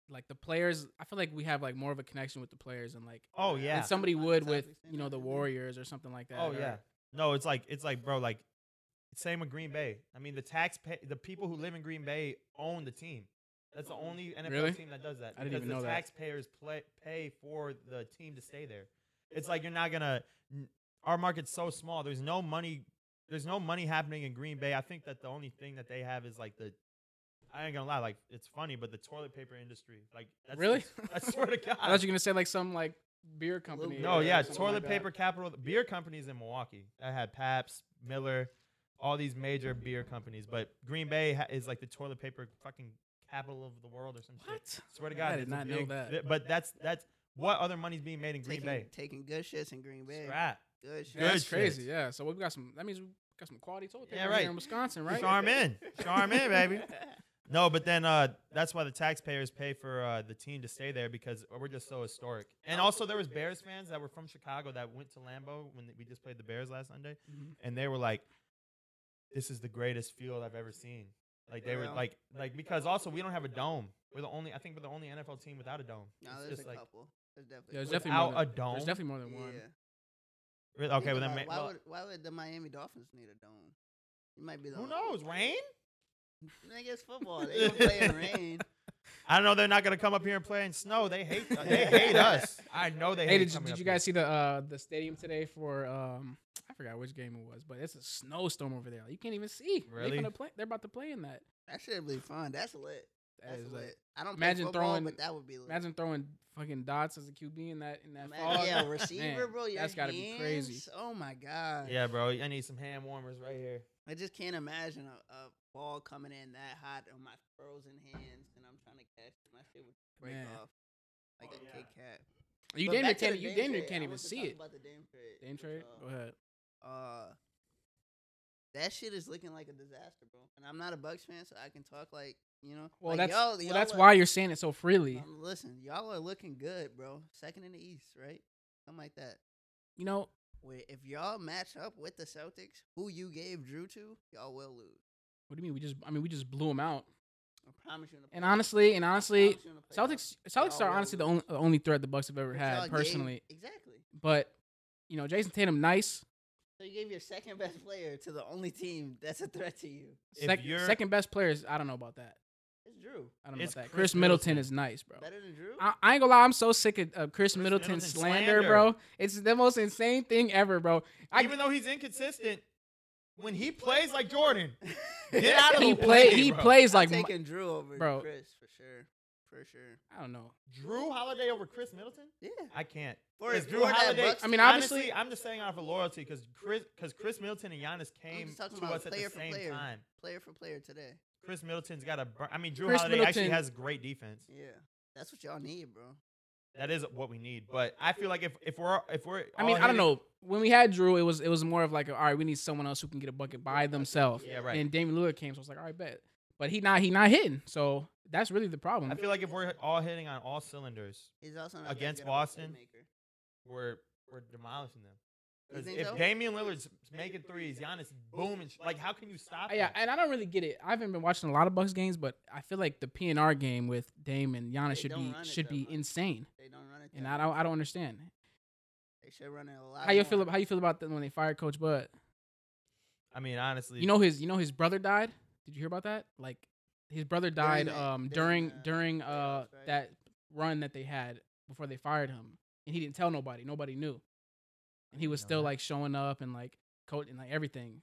like the players. I feel like we have like more of a connection with the players and like Oh yeah. and somebody Like would Celtics with and you know the everything. Warriors or something like that. Oh or- yeah. No, it's like it's like bro, like same with Green Bay. I mean, the tax pay, the people who live in Green Bay own the team. That's the only NFL Really? team that does that. I didn't because even the know that. taxpayers play, pay for the team to stay there. It's like you're not gonna. n- Our market's so small. There's no money. There's no money happening in Green Bay. I think that the only thing that they have is like the. I ain't gonna lie. Like it's funny, but the toilet paper industry. Like that's Really? I swear to God. I thought you were gonna say like some like beer company. you- No, or yeah, something toilet like that. paper capital. the Beer companies in Milwaukee. I had Pabst, Miller, all these major beer companies. But Green Bay ha- is like the toilet paper fucking capital of the world or some shit. What? Swear to I God, did it's a not know big- that. th- but that's that's what other money's being made in Green Taking, Bay. taking good shits in Green Bay. Scrap. Good shit. That's Good crazy. shit. Yeah. So we got some. That means we got some quality toilet Yeah, paper right. here in Wisconsin, right? Charm in, charm in, baby. No, but then uh, that's why the taxpayers pay for uh, the team to stay there because we're just so historic. And also, there was Bears fans that were from Chicago that went to Lambeau when we just played the Bears last Sunday, Mhm. and they were like, "This is the greatest field I've ever seen." Like they were Yeah. like, like because also we don't have a dome. We're the only, I think, we're the only NFL team without a dome. No, It's there's just a like couple. There's definitely. Yeah, there's a definitely couple. more without than, a dome. There's definitely more than one. Yeah. Re- Think okay, well about then it, ma- why, well, would, why would the Miami Dolphins need a dome? It might be the who only- knows? Rain? Nigga, it's football. They don't play in rain. I don't know. They're not gonna come up here and play in snow. They hate. they hate us. I know they. Hey, hate did you, coming did up you here. guys see the uh, the stadium today for um I forgot which game it was, but it's a snowstorm over there. Like, you can't even see. Really? They finna play, they're about to play in that. That should be fun. That's lit. That That's is lit. like- I don't imagine imagine play football, throwing- but that would be lit. imagine throwing fucking dots as a QB in that in that. Imagine- fog. yeah, receiver, Man, bro. Your that's gotta be hands, crazy. Oh my god. Yeah, bro. I need some hand warmers right here. I just can't imagine a, a ball coming in that hot on my frozen hands, and I'm trying to catch it. My shit would break Man. off like Oh, a yeah. Kit Kat. You But damn near back to can't. e, the You Dame damn near trade. can't I even want to see talk it. About the Dame trade. Dame which, trade. uh, Go ahead. uh that shit is looking like a disaster, bro. And I'm not a Bucks fan, so I can talk like you know. Well, like, that's y'all- well, y'all that's are- why you're saying it so freely. Um, listen, y'all are looking good, bro. Second in the East, right? Something like that. You know, Wait, if y'all match up with the Celtics, who you gave Drew to, y'all will lose. what do you mean? We just I mean we just blew them out. I promise you. In the And playoffs. honestly, and I honestly, promise you in the playoffs. Celtics Celtics Y'all are will honestly the lose. only, the only threat the Bucks have ever But y'all had gave- personally. exactly. But you know, Jason Tatum, nice So you gave your second best player to the only team that's a threat to you. If Sec- you're- second best players. I don't know about that. It's Drew. I don't know It's about that. Chris, Chris Middleton, Middleton. is nice, bro. Better than Drew. I, I ain't gonna lie, I'm so sick of, of Chris, Middleton's Middleton slander, slander. bro. It's the most insane thing ever, bro. I, Even though he's inconsistent, when he plays like Jordan, get out of he the play, way, he bro. plays I'm like my- taking Drew over Bro. Chris for sure. For sure. I don't know. Drew Holiday over Chris Middleton. Yeah. I can't. For- Is for Drew that Holiday. Bucks I mean, team, obviously- honestly, I'm just saying out of loyalty because Chris because Chris Middleton and Giannis came just talking to about us at the player for same player. time. player for player today. Chris Middleton's got a. bur- I mean, Drew Chris Holiday actually Middleton- has great defense. Yeah. That's what y'all need, bro. That is what we need. But I feel like if if we're if we're I mean, all I don't hitting- know. When we had Drew, it was it was more of like, all right, we need someone else who can get a bucket by themselves. Yeah, right. And Damian Lillard came, so I was like, all right, bet. But he not he not hitting, so that's really the problem. I feel like if we're all hitting on all cylinders, He's also not that Against good of a Boston? playmaker. we're we're demolishing them. You 'Cause think if so? Damian Lillard's making threes, Giannis booming, sh- like how can you stop? yeah, that? and I don't really get it. I haven't been watching a lot of Bucks games, but I feel like the PNR game with Dame and Giannis They should don't be run it should that be much. insane. They don't run it. And that I much. don't I don't understand. They should run it a lot. How you more. feel how you feel about them when they fired Coach Bud? I mean, honestly, You know his you know his brother died. Did you hear about that? Like his brother died that- um during during the during uh playoffs, right? that run that they had before they fired him, and he didn't tell nobody. Nobody knew, and he was know still that. like showing up and like coat and like everything,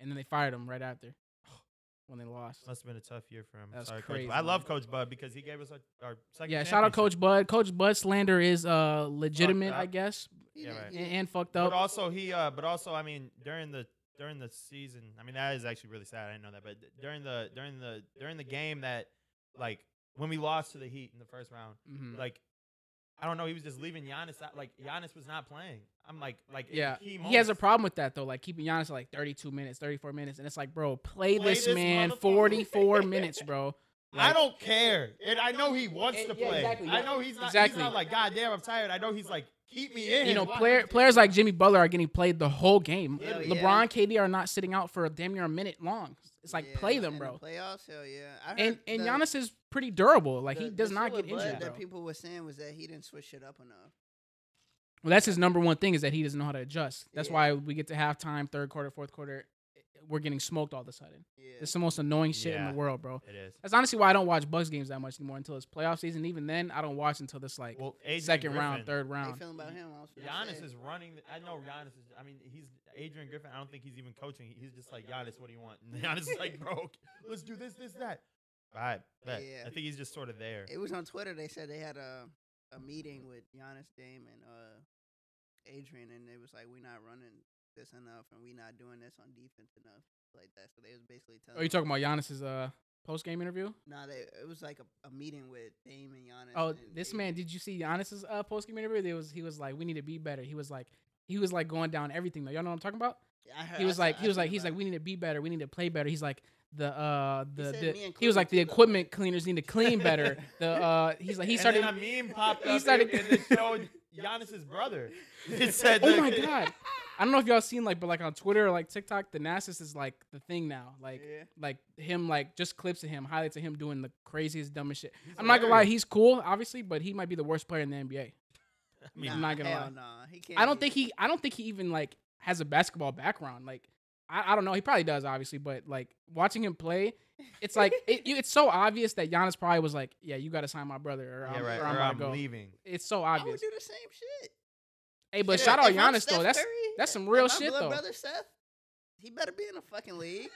and then they fired him right after when they lost. must have been a tough year for him. That was Sorry, Coach. crazy, Bud. I love man. Coach Bud because he gave us our, our second. Yeah, shout out Coach Bud. Coach Bud slander is uh legitimate, I up. guess, He Yeah, did- right. he and, did- and fucked But up. also he, uh, but also I mean during the during the season, I mean that is actually really sad. I didn't know that, but during the during the during the game that like when we lost to the Heat in the first round, Mhm. like. I don't know. He was just leaving Giannis out. Like Giannis was not playing. I'm like, like in Yeah, key he has a moments. problem with that though. Like keeping Giannis at, like 32 minutes, 34 minutes, and it's like, bro, play, Play this, this man motherfucker. 44 minutes, bro. I Like- don't care. And I know he wants And- to yeah, play. exactly, yeah. I know he's not, Exactly. he's not like, God damn, I'm tired. I know he's like, keep me in. You know, Why- player, players like Jimmy Butler are getting played the whole game. Hell yeah. LeBron, KD are not sitting out for damn near a minute long. It's like yeah, play them, in the bro. playoffs, hell yeah. I heard And and the- Giannis is pretty durable. Like the- he the does shit not with get Bud injured. That bro. people were saying was that he didn't switch it up enough. Well, that's his number one thing is that he doesn't know how to adjust. That's Yeah. why we get to halftime, third quarter, fourth quarter. we're getting smoked all of a sudden. Yeah. It's the most annoying shit in Yeah. the world, bro. It is. That's honestly why I don't watch Bucks games that much anymore until it's playoff season. Even then, I don't watch until this like Well, Adrian second Griffin, round, third How you round. feeling about him? I was finna Giannis say. is running. The, I know Giannis is. I mean, he's Adrian Griffin. I don't think he's even coaching. He's just like Giannis. What do you want? And Giannis is like, bro, let's do this, this, that. All right. Bet. Yeah. I think he's just sort of there. It was on Twitter. They said they had a a meeting Mm-hmm. with Giannis, Dame, and uh, Adrian, and it was like, "We're not running this enough, and we're not doing this on defense enough, like that." So they was basically telling. Are Oh, you talking about Giannis's uh post game interview? No, they, it was like a, a meeting with Dame and Giannis. Oh, and this Adrian. man! Did you see Giannis's uh, post game interview? There was he was like, "We need to be better." He was like, he was like going down everything. Though y'all know what I'm talking about. I heard- He I was saw- like, I he was seen like, he's about like, we need to be better. We need to play better. He's like the uh the, said the me and he was like the Cleveland too, though. equipment cleaners need to clean better. the uh he's like he And started. then a meme popped he up. started- and it showed Giannis's brother. It said, oh my that- god! I don't know if y'all seen like, but like on Twitter or like TikTok, the Nasus is like the thing now. Like Yeah. like him like just clips of him, highlights of him doing the craziest dumbest shit. He's I'm not gonna lie, hilarious. he's cool, obviously, but he might be the worst player in the NBA. I mean, I'm not gonna hell lie. nah, he can't I don't be- think he I don't think he even like has a basketball background. Like I, I don't know, he probably does obviously, but like watching him play, it's like it, you- it's so obvious that Giannis probably was like, yeah, you got to sign my brother or, yeah, I'm, right. or Or I'm I'm, gonna go. leaving. It's so I would obvious. do the same shit. Hey, but Shit, shout out if I'm Giannis Steph though. That's Curry, that's some if real my shit, blood though. Brother Seth, he better be in the fucking league.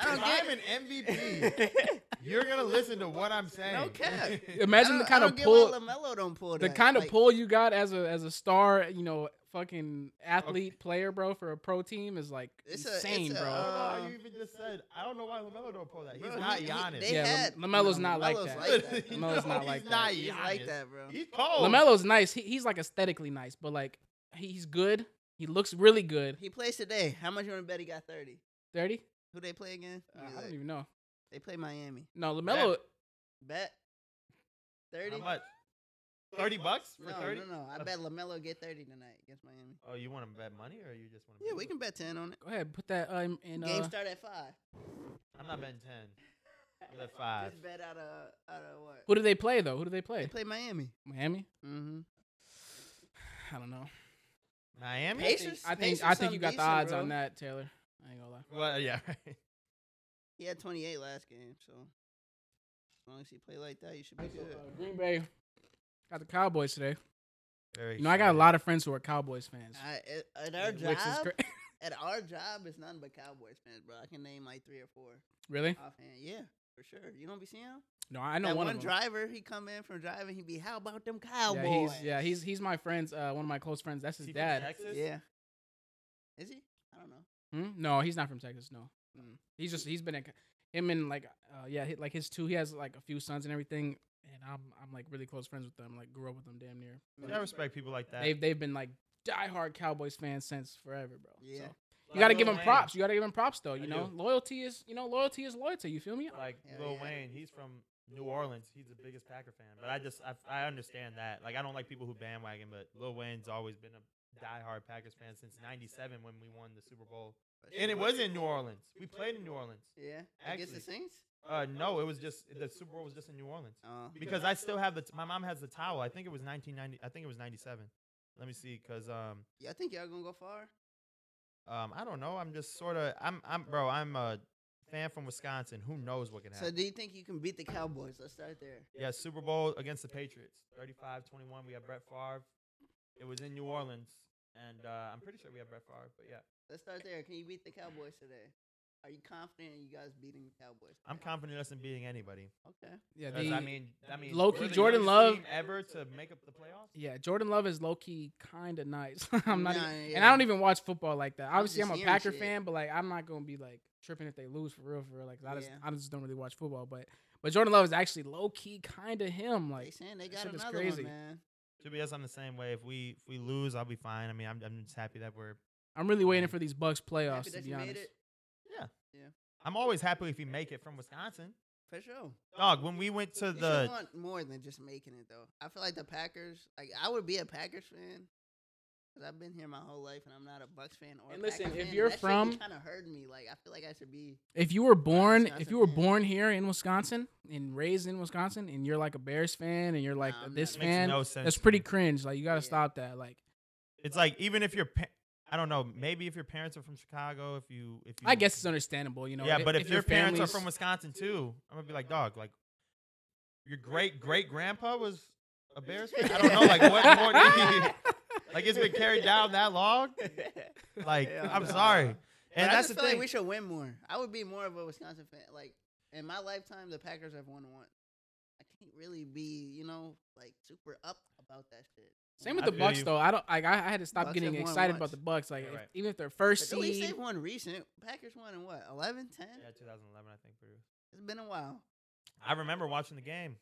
I If don't get I'm an MVP. You're gonna listen to what I'm saying. No cap. Imagine I the don't- kind I of don't get why pull LaMelo don't pull the that. kind of Like, pull you got as a as a star, you know, fucking athlete player, bro, for a pro team is like It's a- it's insane, a, I bro. don't know how Uh, you even just said. I don't know why Lamelo don't pull that. He's bro, not he- he- Giannis. they Yeah, Lam- had- LaMelo's not like LaMelo's that. that. LaMelo's not like he's that. Not He's like Giannis. that, bro. He's cold. Lamelo's nice. He, he's like aesthetically nice, but like he- he's good. He looks really good. He plays today. How much you want to bet he got thirty? Thirty? Who they play again? Uh, Let me I look. don't even know. They play Miami. No, Lamelo. Bet thirty. How much? Thirty bucks for No, thirty? no, no. I Uh, bet Lamelo get thirty tonight against Miami. Oh, you want to bet money or you just want to? Yeah, we can bet ten on it. Go ahead, put that uh, in- in. Game Uh, start at five. I'm not betting ten. I'm at five. Just bet out of out of what? who do they play though? Who do they They play? play Miami. Miami. Mm-hmm. I don't know. Miami. Pacers? I think Pacers I think something you got the decent, odds bro. on that, Taylor. I ain't gonna lie. Well, yeah. Right. He had twenty eight last game, so as long as he play like that, you should be good. Uh, Green Bay got the Cowboys today. Very. You know, I got a lot of friends who are Cowboys fans. I, at- at our which is job, cra- at our job, it's nothing but Cowboys fans, bro. I can name like three or four really? offhand. Yeah, for sure. You don't be seeing him. No, I know that one, one, of them. driver, he come in from driving, he be, how about them Cowboys? yeah, he's yeah, he's he's my friend's uh, one of my close friends. That's his dad. Texas? Yeah. Is he? I don't know. Hmm? No, he's not from Texas. No, Mm. he's just he's been in, him and like uh, yeah, hi- like his two. He has like a few sons and everything, and I'm I'm like really close friends with them. Like grew up with them damn near. I respect people like that. They've they've been like diehard Cowboys fans since forever, bro. Yeah. So, you gotta Lil give him Wayne. props. You gotta give him props though. I You know, do. loyalty is you know loyalty is loyalty. You feel me? Like Hell Lil yeah. Wayne, he's from New Orleans. He's the biggest Packer fan. But I just I, I understand that. Like I don't like people who bandwagon, but Lil Wayne's always been a diehard Packers fan since '97 when we won the Super Bowl. And it was in New Orleans. We played in New Orleans. Yeah. Against the Actually- Saints? Uh, no, it was just the Super Bowl was just in New Orleans Oh. because I still have the t- my mom has the towel. I think it was 1990. I think it was 97. Let me see, cause um Yeah, I think y'all gonna go far. um I don't know. I'm just sort of I'm I'm bro. I'm a fan from Wisconsin. Who knows what can So happen? do you think you can beat the Cowboys? Let's start there. Yeah, Super Bowl against the Patriots. 35-21. We had Brett Favre. It was in New Orleans, and uh, I'm pretty sure we had Brett Favre. But yeah, Let's start there. Can you beat the Cowboys today? Are you confident in you guys beating the Cowboys? I'm confident us in beating anybody. Okay. Yeah, 'Cause, the, I mean, I mean, low-key we're the Jordan youngest Love- team ever to make up the playoffs. yeah. Jordan Love is low key kind of nice. I'm not, Nah, even, and yeah. I don't even watch football like that. Obviously, just I'm a hearing Packer shit. fan, but like I'm not gonna be like tripping if they lose for real, for real. Like 'cause I just Yeah. I just don't really watch football, but but Jordan Love is actually low key kind of him. they Like saying they that got shit is another crazy. one, man. To be us, I'm the same way. If we if we lose, I'll be fine. I mean, I'm, I'm just happy that we're. I'm really waiting Mhm. for these Bucks Happy playoffs to that be you made honest. it. I'm always happy if we make it from Wisconsin. For sure. Dog, when we went to You should the want more than just making it though. I feel like the Packers. Like I would be a Packers fan because I've been here my whole life, and I'm not a Bucks fan or. And listen, if you're from- kind of hurting me. Like I feel like I should be. If you were born, Wisconsin if you were fan. born here in Wisconsin and raised in Wisconsin, and you're like a Bears fan and you're like Nah, a I'm this not a makes fan, no sense. that's to pretty me. cringe. Like you gotta Yeah. stop that. Like It's like even if you're, pa- I don't know. Maybe if your parents are from Chicago, if you if you I guess it's understandable, you know. yeah, but if, your, parents are family's- from Wisconsin too, I'm gonna be like, dog, like your great great grandpa was a Bears fan. I don't know, like what more? do you- like it's been carried down that long. Like Hell I'm no. sorry, and I that's just the feel thing. like we should win more. I would be more of a Wisconsin fan. Like in my lifetime, the Packers have won one. I can't really be, you know, like super up about that shit. Same with I the feel Bucks you. though. I don't like. I I had to stop Bucks getting have won excited once. about the Bucks. Like Yeah, if- right. even if they're first But at least seed, they've won recent. Packers won in what? 11, 10? Yeah, 2011, I think. Purdue. It's been a while. I remember watching the game.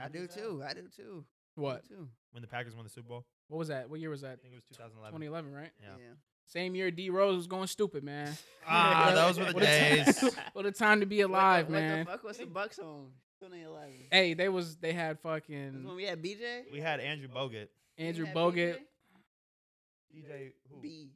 I do too. I do too. I what? do too. when the Packers won the Super Bowl. What was that? What year was I that? think it was 2011. 2011, right? Yeah. Same year D Rose was going stupid, man. Ah, those were the What a days. time, what a time to be alive, what the, man. What the fuck was the Bucks on? 2011. Hey, they was they had That's when fucking we had BJ. We had Andrew Bogut. We Andrew had Bogut. DJ who? BJ. BJ.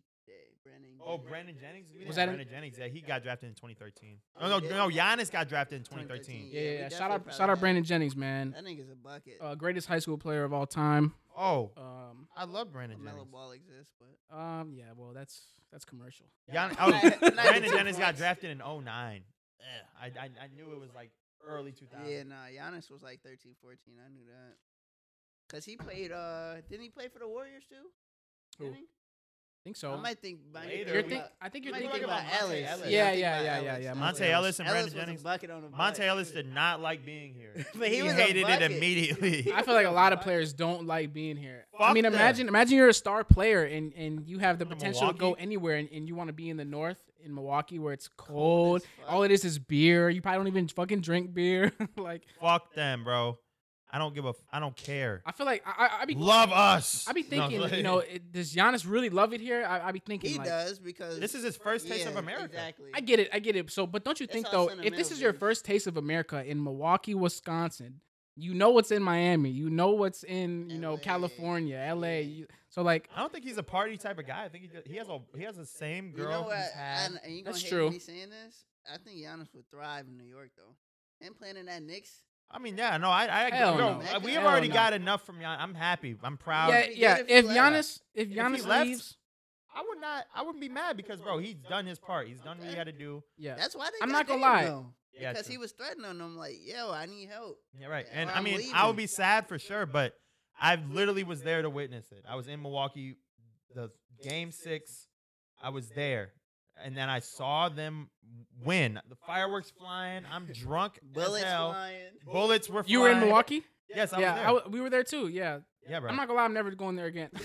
Brandon. Oh, Jennings. Brandon Jennings. We Was had that in- Brandon Jennings? Yeah, he got drafted in 2013. Oh, No, no, he did? no. Giannis got drafted in 2013. Yeah, Yeah, we yeah. yeah. Shout definitely out, probably shout had- out Brandon Jennings, man. That nigga's a bucket. Uh, greatest high school player of all time. Oh, Um, I love Brandon Mellow Jennings. ball exists, but um, yeah. Well, that's that's commercial. Gian- Yeah. oh, Ninety- Brandon 92 Jennings got points. drafted in 09. Ugh, I, I I knew it was like early 2000. yeah, nah. Giannis was like 13, 14. I knew that. Cause he played. Uh, didn't he play for the Warriors too? Who? Didn't he? think so. I might think. might Later, you're think think, about- I think You you're might thinking think about about Monte Ellis. Ellis. You might Yeah, think yeah, about yeah, yeah, Ellis. yeah. Monte Ellis and Brandon was a Jennings. bucket on the Monte butt. Ellis did not like being here. But he was a hated it bucket. immediately. I feel like a lot of players don't like being here. I Fuck mean, them. imagine imagine you're a star player and, and you have the Come to potential to go Milwaukee? Oh, anywhere and, and you want to be in the north in Milwaukee where it's Cold cold. as fuck. All it is is beer. You probably don't even fucking drink beer. like Fuck them, bro. I don't give a. F- I don't care. I feel like I I, I be Love us. I be No, thinking like- you know it, does Giannis really love it here? I, I be thinking He like does because This is his first taste of Yeah, America. Exactly. I get it I get it. So but don't you That's think how though if sentimental this is your it is. first taste of America in Milwaukee, Wisconsin, you know what's in Miami, you know what's in you know LA. California, Yeah. L.A. You, so like I don't think he's a party type of guy. I think he just, he has a he has the same You girl. know what? he's had. and- and you gonna That's hate true. me saying this? I think Giannis would thrive in New York though. Him playing in that Knicks. I mean, yeah, no, I, I agree. Hell Yo, no. We have Hell already no. got enough from Gian. I'm happy. I'm proud. yeah, be good yeah. if he If left. Giannis, if he Giannis left- leaves, I would not. I wouldn't be mad because, bro, he's done his part. He's done what he had to do. yeah, That's why they. I'm got not gonna Dame, lie. though, Yeah, because true. he was threatening them like, "Yo, I need help." yeah, right. Yeah, And or I I'm mean, I leaving. would be sad for sure, but I literally was there to witness it. I was in Milwaukee, the game six. I was there, and then I saw them win. The fireworks flying. I'm drunk as Bullets hell. flying. Bullets were. you were in flying. Milwaukee. Yes, I yeah, was there. I w- we were there too. Yeah, yeah, bro. I'm not gonna lie, I'm never going there again.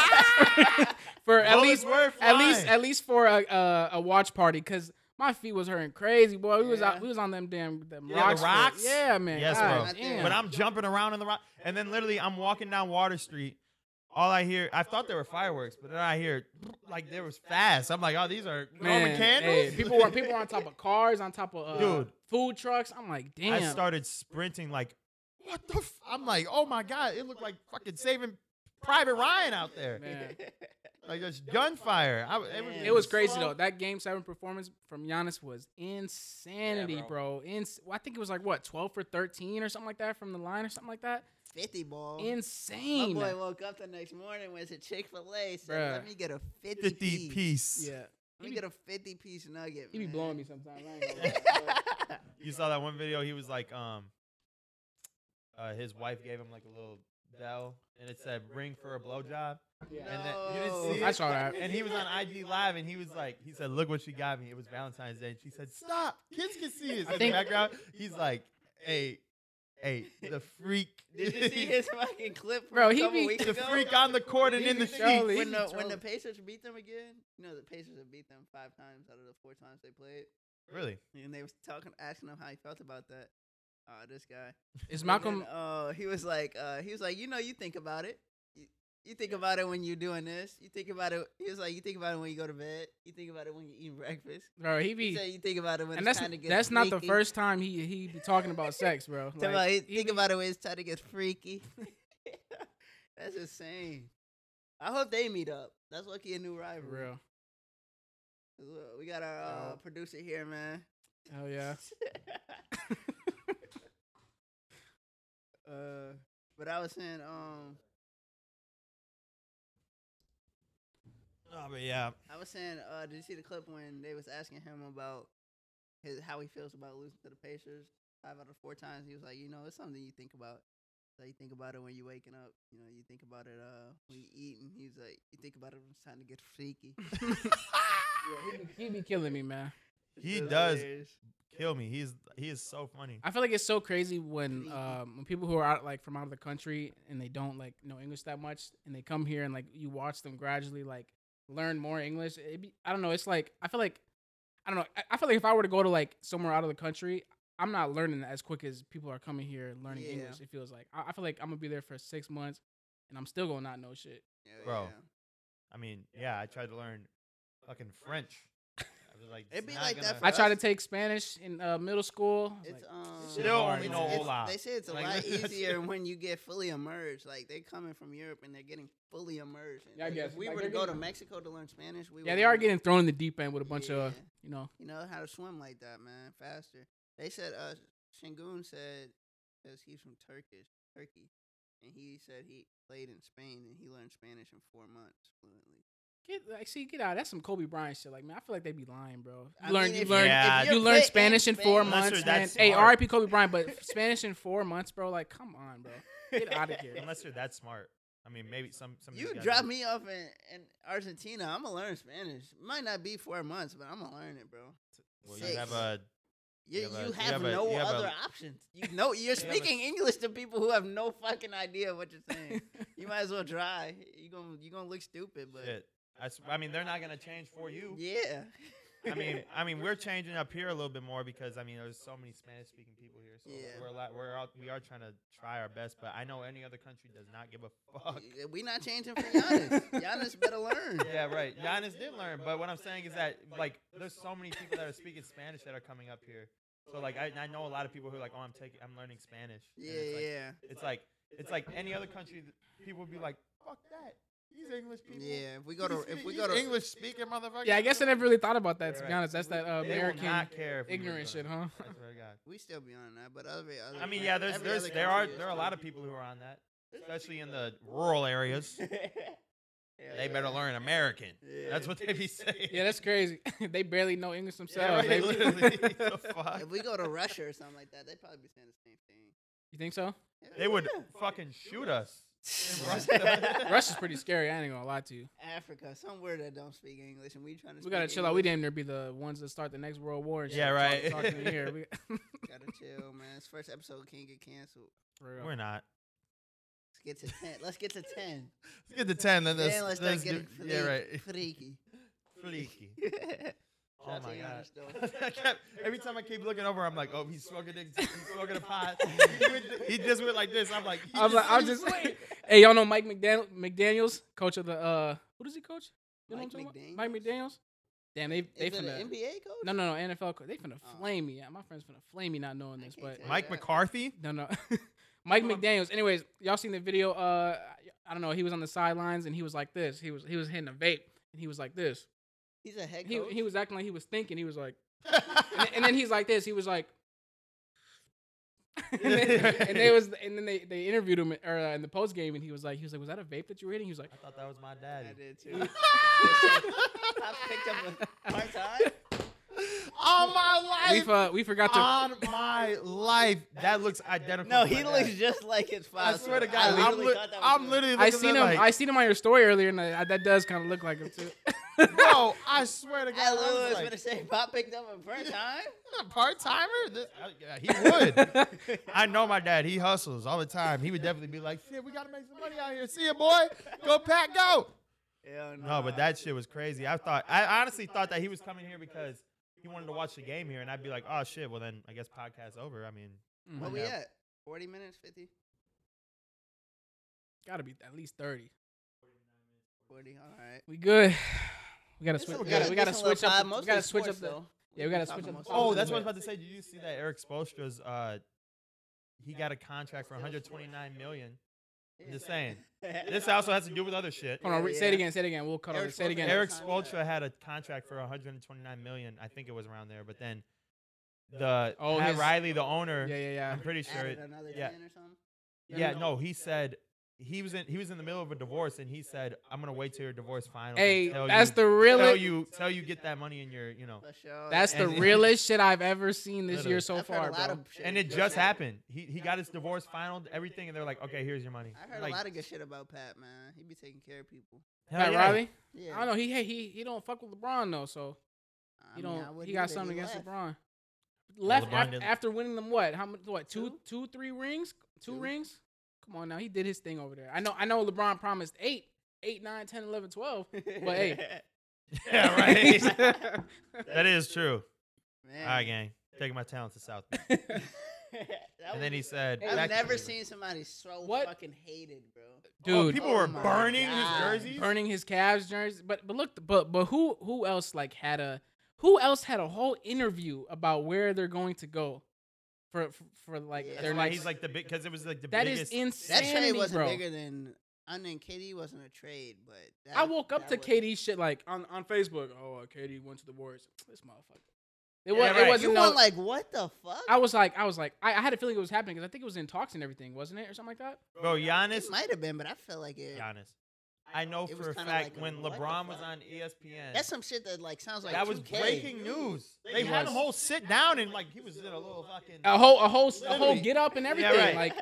Bullets for at least, were at least, flying. at least for a a, a watch party, because my feet was hurting crazy, boy. We was Yeah. out, we was on them damn them Yeah, the rocks. for- rocks? Yeah, man. Yes, God bro. damn. But I'm jumping around in the rock, and then literally I'm walking down Water Street. All I hear, I thought there were fireworks, but then I hear like there was fast. I'm like, oh, these are Roman Man, candles. hey, people were people were on top of cars, on top of uh, Dude. food trucks. I'm like, damn. I started sprinting like, what the? F-? I'm like, oh my god, it looked like fucking saving Private Ryan out there. Man. Like there's gunfire. I, Man. everything It was Yeah. crazy slow. though. That game seven performance from Giannis was insanity, Yeah, bro. Ins- well, I think it was like what twelve for thirteen or something like that from the line or something like that. Fifty ball. Oh. My Insane. boy woke up the next morning, went to Chick Fil A, said, Bruh. "Let me get a fifty, 50 piece. piece. Yeah, Let He me be- get a fifty piece nugget." he be man. blowing me sometimes. I ain't gonna lie. You saw that one video. He was like, um, uh, his wife gave him like a little bell, and it said "ring for a blowjob," Yeah. and that you didn't see No. it? I saw that. And he was on IG Live, and he was like, he said, "Look what she got me." It was Valentine's Day, and she said, "Stop, kids can see it." In I the think- background, he's like, "Hey, hey, the freak, Did you see his fucking clip, from Bro, a he couple be- weeks the ago? freak on the court and He in the be sheet." trolling. when the He's when the trolling. Pacers beat them again, you know the Pacers have beat them five times out of the four times they played, Really? and they was talking, asking him how he felt about that. Uh, this guy, Is And Malcolm? Then, uh, he was like, uh, he was like, you know, you think about it. You, you think about it when you're doing this. You think about it. He was like, you think about it when you go to bed. You think about it when you eat breakfast. Bro, he He be. said you think about it when and it's that's time to get that's not the freaky. first time he he be talking about sex, bro. Think about Like, it- think about it when it's time to get freaky. that's insane. I hope they meet up. That's lucky a new for rivalry. real. Look, We got our uh, Yo. producer here, man. Hell yeah. uh, but I was saying, um, Oh, but yeah, I was saying, uh, did you see the clip when they was asking him about his how he feels about losing to the Pacers five out of four times? He was like, you know, it's something you think about. So you think about it when you're waking up. You know, you think about it uh, when you eating. He's like, you think about it when it's time to get freaky. He be, he be killing me, man. He It's does. hilarious. kill me. He's he is so funny. I feel like it's so crazy when Creepy. um, when people who are out like from out of the country and they don't like know English that much and they come here and like you watch them gradually like learn more English. It be, I don't know. It's like I feel like I don't know. I, I feel like if I were to go to like somewhere out of the country, I'm not learning as quick as people are coming here and learning Yeah. English. It feels like I, I feel like I'm gonna be there for six months and I'm still gonna not know shit. Yeah, Bro. yeah. I mean, yeah, I tried to learn fucking French. I was like, It'd be it's not like that gonna- for I us. tried to take Spanish in uh, middle school. I was It's like, um, shit Still hard, only man. know it's- hola. They say it's a Like, lot that's it. easier when you get fully immersed. Like they coming from Europe and they're getting fully immersed. And Yeah, I like, guess. If we Like, were to they're go to getting- Mexico to learn Spanish, we yeah, would they are learn- getting thrown in the deep end with a bunch of Yeah. you know. you know how to swim like that, man, faster. They said uh Shingun said because he's from Turkish, Turkey, and he said he played in Spain and he learned Spanish in four months fluently. Get like see, get out. That's some Kobe Bryant shit. Like, man, I feel like they be lying, bro. I You learn, mean, you if learn, Yeah. if you're you learn put Spanish in four Spain- Unless months, you're that man. Hey, smart. R.I.P. Kobe Bryant, but Spanish in four months, bro. Like, come on, bro. Get out of here. Unless you're that smart. I mean, maybe some some. of these You guys drop are- me off in, in Argentina, I'm gonna learn Spanish. Might not be four months, but I'm gonna learn it, bro. Well, six. you have a You, You have a- you you have have a- no you have a- other options. You know you're have a- speaking English to people who have no fucking idea what you're saying. you might as well try. You gonna you gonna look stupid, but shit. I, s- I mean, they're not gonna change for you. yeah. I mean, I mean, we're changing up here a little bit more because I mean, there's so many Spanish-speaking people here, so Yeah. we're a lot, we're out, we are trying to try our best. But I know any other country does not give a fuck. Y- We not changing for Giannis. Giannis better learn. Yeah, right. Giannis did learn, but what I'm saying is that like, there's so many people that are speaking Spanish that are coming up here. So like, I, I know a lot of people who are like, oh, I'm taking, I'm learning Spanish. And Yeah, it's like, yeah, It's like it's like any other country. th- People would be like, "Fuck that." These English people. yeah. If we go to These- if we these go to English speaking motherfuckers. yeah, I guess I never really thought about that. You're To be right. honest, that's that uh, They will American not care if we ignorant lose shit, them. huh? I swear to God. we still be on that, but other, other I mean, yeah, there's every there's other there are country is there are a too. lot of people who are on that, especially in the rural areas. Yeah, They better yeah. learn American. Yeah. That's what they be saying. yeah, that's crazy. they barely know English Yeah, right, themselves. They- literally. The fuck? If we go to Russia or something like that, they'd probably be saying the same thing. you think so? Hell They would yeah. fucking shoot us. in Russia. Russia's pretty scary. I ain't gonna lie to you. Africa, somewhere that don't speak English, and we trying to. We gotta speak chill out. We English. damn near be the ones that start the next world war. And shit. Yeah, right. Talk- talking here. We, Gotta chill, man. This first episode can't get canceled. For real. We're not. Let's get to ten. Let's get to ten. Let's get to ten. Then Then let's, let's, start let's getting do, yeah, right. freaky. Freaky. freaky. Oh Shout out my to god! Giannis, though. I kept- every time I keep looking over, I'm like, oh, he's smoking, a, he's smoking a pot. He would- he just went like this. I'm like, he I'm like, I'm he just. hey, y'all know Mike McDaniel, McDaniel's, coach of the. uh Who does he coach? You know Mike what I'm talking McDaniels? about? Mike McDaniels. Damn, they they Is it finna. an NBA coach? no, no, no, NFL coach. They finna Oh. flame me. My friends finna flame me not knowing I this, can't but tell Mike McCarthy. no, no. Mike Come on. McDaniel's. Anyways, y'all seen the video? Uh, I don't know. He was on the sidelines and he was like this. He was he was hitting a vape and he was like this. He's a head He coach. he was acting like he was thinking. He was like, and, and then he's like this. He was like. and, then, and they was and then they, they interviewed him or, uh, in the post game and he was like he was like was that a vape that you were hitting he was like I thought that was my I daddy. did too. I picked up a part time. On my we, uh, we forgot to on my life. That looks identical. No, to he my looks dad. just like his father. I swear to I God, I am literally li- thought that was I'm him. literally. I looking seen him. at I seen him on your story earlier, and I, that does kind of look like him too. Like, bro, I swear to God, I literally I was was like, gonna say, if I picked up a part time. part timer. uh, Yeah, he would. I know my dad. He hustles all the time. He would definitely be like, "Shit, we gotta make some money out here. See ya, boy. Go pack, go." Hell No, but that shit was crazy. I thought, I honestly thought that he was coming here because he wanted to watch the game here, and I'd be like, "Oh shit, well then I guess podcast over." I mean, Where Mm, we Yeah. at? Forty minutes, fifty. Gotta be at least thirty. Forty. All right. We good. We gotta switch. It's a- We gotta, we gotta decent little switch up. pod, the- We mostly gotta switch up sports, the. though. yeah, we gotta been switch talking up the- mostly oh, that's what sports. I was about to say. Did you see that Eric Spoelstra's? Uh, he got a contract for 129 million. I'm just saying. This also has to do with other shit. Hold on. re- Yeah, Say it yeah. again. Say it again. We'll cut Eric off. Say it Spoelstra- again. Eric Yeah. Spoelstra had a contract for 129 million. I think it was around there, but then the Oh, oh, Pat his- Riley, the owner, Yeah, yeah, yeah. I'm pretty sure Added it, another yeah. ten or something. yeah, no, he said he was in he was in the middle of a divorce and he said, I'm gonna wait till your divorce final. Hey, that's the realest. tell you tell you get that money in your you know. For sure. That's the And- realest shit I've ever seen this Literally. year so I've heard far, a lot bro. of shit And it good just shit. happened. He he got his divorce final, everything, and they're like, okay, here's your money. I heard like, a lot of good shit about Pat, man. He be taking care of people. hell Pat yeah. Riley, Yeah. I don't know. He hey, he he don't fuck with LeBron though, so I he mean, I don't. wouldn't He got either. something against left. LeBron. Left LeBron af- didn't- after winning them what? How much? What two, Two? two, three rings? Two, Two. rings? Come on now, he did his thing over there. I know. I know. LeBron promised eight, eight, nine, ten, eleven, twelve. But hey. Yeah, right. that is true. Man. All right, gang. Taking my talents to South. Beach. right. That And then he was- said, Hey, I've back to never Cleveland. seen somebody so What? fucking hated, bro. Oh, Dude, people Oh were my burning his God. jerseys. burning his Cavs jersey. But but look, but but who who else like had a who else had a whole interview about where they're going to go for for, for like Yeah. That's their why next. he's like the big because it was like the that is biggest. That insanity, trade wasn't bro. bigger than. I mean, KD wasn't a trade, but that, I woke up that to was- KD shit like on, on Facebook. Oh, uh, KD went to the Warriors. This motherfucker. Yeah, It, was, right. it You wasn't no. were like, what the fuck? I was like, I was like, I, I had a feeling it was happening because I think it was in talks and everything, wasn't it, or something like that? Bro, Giannis, it might have been, but I felt like it. Giannis. I know It for was a kinda fact like a when what the LeBron was fuck? on E ESPN, That's some shit that like sounds like that was 2K. breaking news. They It had was. him whole sit down and like he was in a little fucking. A whole, a whole, a whole Literally. get up and everything. right. Like,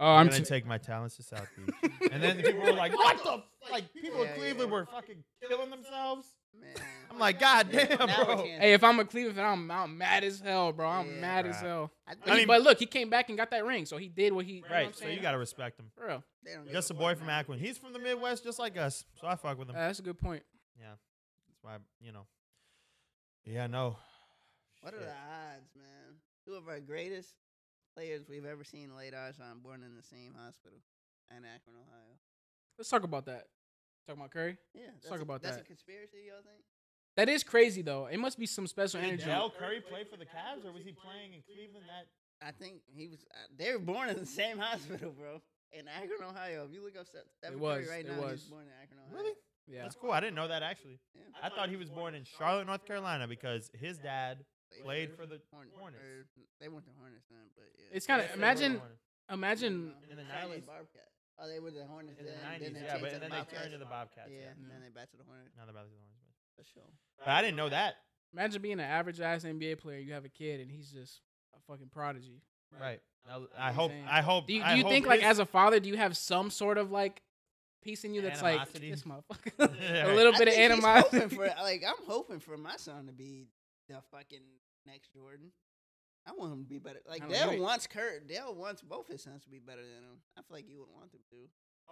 oh, I'm gonna too. take my talents to South Beach, and then the people were like, "What the?" f-" Like people Yeah, in Cleveland yeah. were fucking killing themselves. Man. I'm like, God damn, Now we bro. can't- hey, if I'm a Cleveland fan, I'm, I'm mad as hell, bro. I'm Yeah. mad as Right. hell. I think I mean- but look, he came back and got that ring, so he did what he. You know what I'm Right, so you saying? gotta respect him. For real. they don't give Just a fuck boy from now. Akron. He's from the Midwest, just like us. So I fuck with him. Uh, that's a good point. Yeah, that's why you know. Yeah, no. What are the odds, man? Two of our greatest players we've ever seen laid eyes on born in the same hospital in Akron, Ohio. Let's talk about that. Talking about Curry. Yeah, that's talk a, about that's that. a conspiracy, y'all think? That is crazy though. It must be some special Did energy. Dell Curry play for the Cavs, or was he playing in Cleveland? That I think he was. Uh, they were born in the same hospital, bro, in Akron, Ohio. If you look up Steph Stephen Curry was, right it now, he was was. born in Akron, Ohio. really? Yeah. That's cool. I didn't know that actually. Uh, Yeah. I thought he was born in Charlotte, North Carolina, because his dad played for the Horn- Hornets. or they weren't the Hornets then, but yeah. um, It's kinda- Yeah, they were imagine- born Imagine In the Charlotte 90s. Bobcat. Oh, they were the Hornets in the then, nineties. then they Yeah, changed but to and the then they Bobcats. turned to the Bobcats. yeah, Yeah. and then they back to the Hornets. Now they're about to the Orange. For sure. But I didn't know that. imagine being an average ass NBA player. You have a kid and he's just a fucking prodigy. Right. Now, I I'm hope. saying. I hope. Do you, I do you hope think like his- as a father, do you have some sort of like piece in you that's Animosity. like this motherfucker? Yeah, a right. little I bit of think he's animosity. hoping for- like I'm hoping for my son to be the fucking next Jordan. I want him to be better. Like don't Dale agree. wants Kurt. Dale wants both his sons to be better than him. I feel like you would want them to.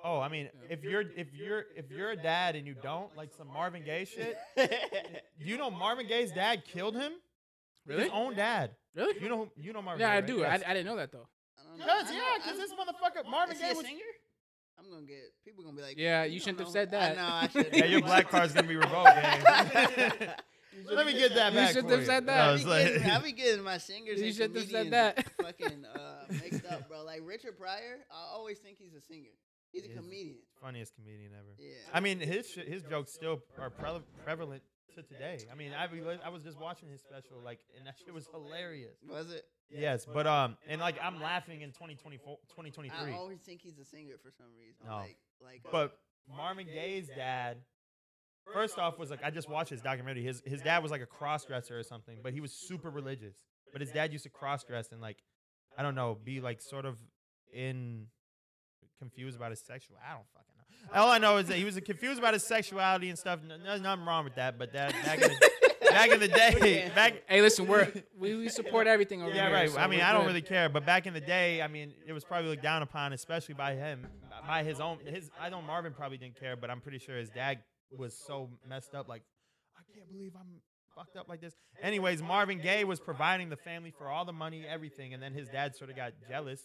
Oh, I mean, Yeah. if you're if you're if you're a dad and you don't like some Marvin Gaye shit, do you know Marvin Gaye's dad killed him? really? His own dad. Really? You know you know Marvin. yeah, Gaye, I right? do. Yes. I, I didn't know that though. I don't know. Cause I yeah, know- I'm- cause this motherfucker Marvin is he Gaye a was. singer? I'm gonna get people gonna be like, Yeah, you don't shouldn't have know said who-" I that. know I should. Yeah, your black card's gonna be revoked, gang. Let me get that You back. shouldn't for have said that. No, I it's be, like- getting, I be getting my singers You and shouldn't have comedians said that. fucking uh, mixed up, bro. Like Richard Pryor, I always think he's a singer. He's a He is. comedian. funniest comedian ever. Yeah. I mean, his shi- his jokes still are prele- prevalent to today. I mean, I re- I was just watching his special, like, and that shit was hilarious. was it? Yes, but um, and like I'm laughing in 2024, I 2023. always think he's a singer for some reason. No. Like, like uh, But Marvin Gaye's dad, first off, was like I just watched his documentary. His his dad was like a cross dresser or something, but he was super religious. But his dad used to cross dress and like, I don't know, be like sort of in confused about his sexual. I don't fucking know. All I know is that he was confused about his sexuality and stuff. No, there's nothing wrong with that, but that back in the, back in the day, back Hey, listen, we're we, we support everything over yeah, here. right. so I mean, we're I don't good. really care, but back in the day, I mean, it was probably looked down upon, especially by him, by his own. His, I know Marvin probably didn't care, but I'm pretty sure his dad was so messed up. Like, I can't believe I'm fucked up like this. Anyways, Marvin Gaye was providing the family for all the money, everything, and then his dad sort of got jealous,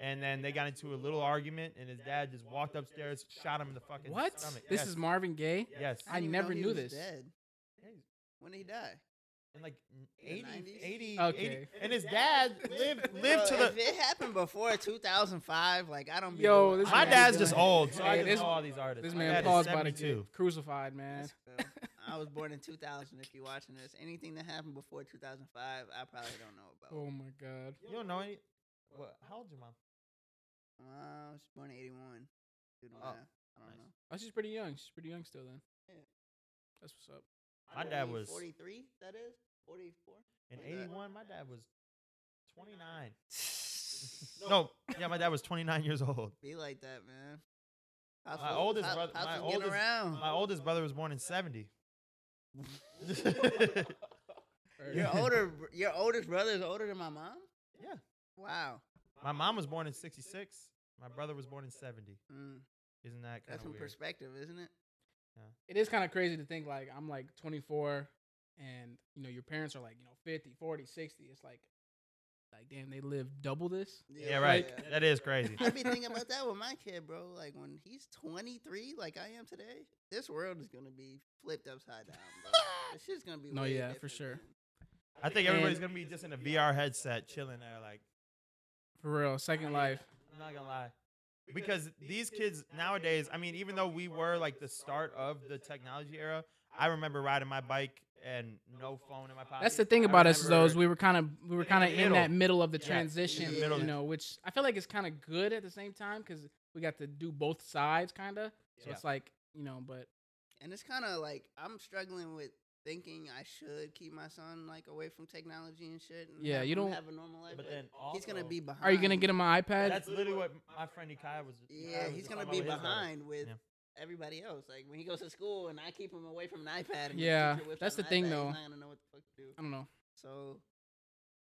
and then they got into a little argument, and his dad just walked upstairs, shot him in the fucking What? stomach. This Yes. is Marvin Gaye. yes, didn't I even never know he knew was this. Dead. When did he die? in like the 80, 90s? 80, Okay. 80 and his dad lived lived to Bro, the. If it happened before 2005, like I don't. Be Yo, doing- this I My don't man- be dad's doing just it. old, so I Hey, just this- know all these artists. This My man dad is Paul's about to 72. get crucified, man. That's cool. I was born in 2000. If you're watching this, anything that happened before 2005, I probably don't know about. Oh my god. You don't know any. What, how old's your mom? Uh, I was born in 81. Do the Oh, math. I don't nice. know. Oh, she's pretty young. She's pretty young still then. Yeah. That's what's up. My dad was- forty three. That is forty four. In Like that. '81, my dad was 29. No. No, yeah, my dad was 29 years old. Be like that, man. My oldest how, brother- how's my he oldest- getting around. My oldest brother was born in '70. Or- your older, br- your oldest brother is older than my mom. Yeah. Wow. my mom was born in '66. My brother was born in '70. Mm, Isn't that kind that's of from weird? perspective, isn't it? it is kind of crazy to think like I'm like 24 and you know your parents are like you know 50 40 60 it's like like damn they live double this yeah, right. yeah. That is crazy. I be thinking about that with my kid, bro. Like when he's 23, like I am today, this world is gonna be flipped upside down, bro. This shit's gonna be. No, way yeah, for different, sure. man. I think everybody's And- gonna be just in a VR headset, chilling there, like. for real second life I'm not gonna lie. Because these kids nowadays, I mean, even though we were like the start of the technology era, I remember riding my bike and no phone in my pocket. that's the thing I about us though remember- is we were kind of we were In the kind of in middle. that middle of the Yeah, in the transition middle. you know which I feel like it's kind of good at the same time because we got to do both sides kind of so Yeah. it's like you know but And it's kind of like I'm struggling with thinking I should keep my son like away from technology and shit. And Yeah, have you him don't- have a normal life. But then he's gonna also- be behind. are you gonna get him an iPad That's literally what my friend Ikai was. Ikai Yeah, was he's just gonna be talking about with his daughter. behind with. Yeah. Everybody else, like when he goes to school, and I keep him away from an iPad. And the Yeah, teacher whips that's out the an thing, iPad, though. He's not gonna know what the fuck to do. I don't know So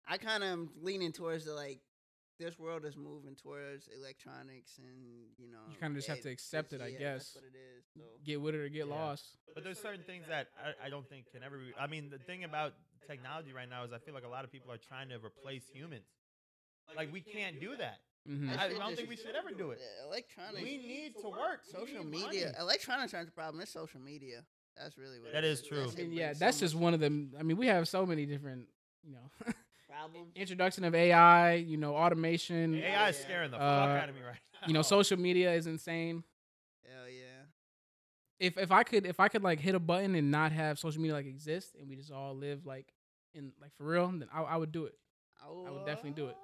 I kind of am leaning towards the like this world is moving towards electronics and you know You kinda just have to it's- accept it, I guess. That's what it is. So get with it or get Yeah. lost But there's certain things that I, I don't think can ever. Be, I mean, the thing about technology right now is I feel like a lot of people are trying to replace humans. Like we can't do that. hmm I, I should don't just- think we should ever do it. the electronics We need to work. We social need media money. electronics aren't the problem, it's social media. That's really what That it is shit true. I mean, brings yeah so that's just much one of them I mean we have so many different you know problem. introduction of AI, you know, automation, AI is Yeah. scaring the Uh, fuck out of me right now. you know, social media is insane. Hell yeah. If if I could if I could like hit a button and not have social media like exist and we just all live like in like for real, then I, I would do it. Oh, would definitely do it.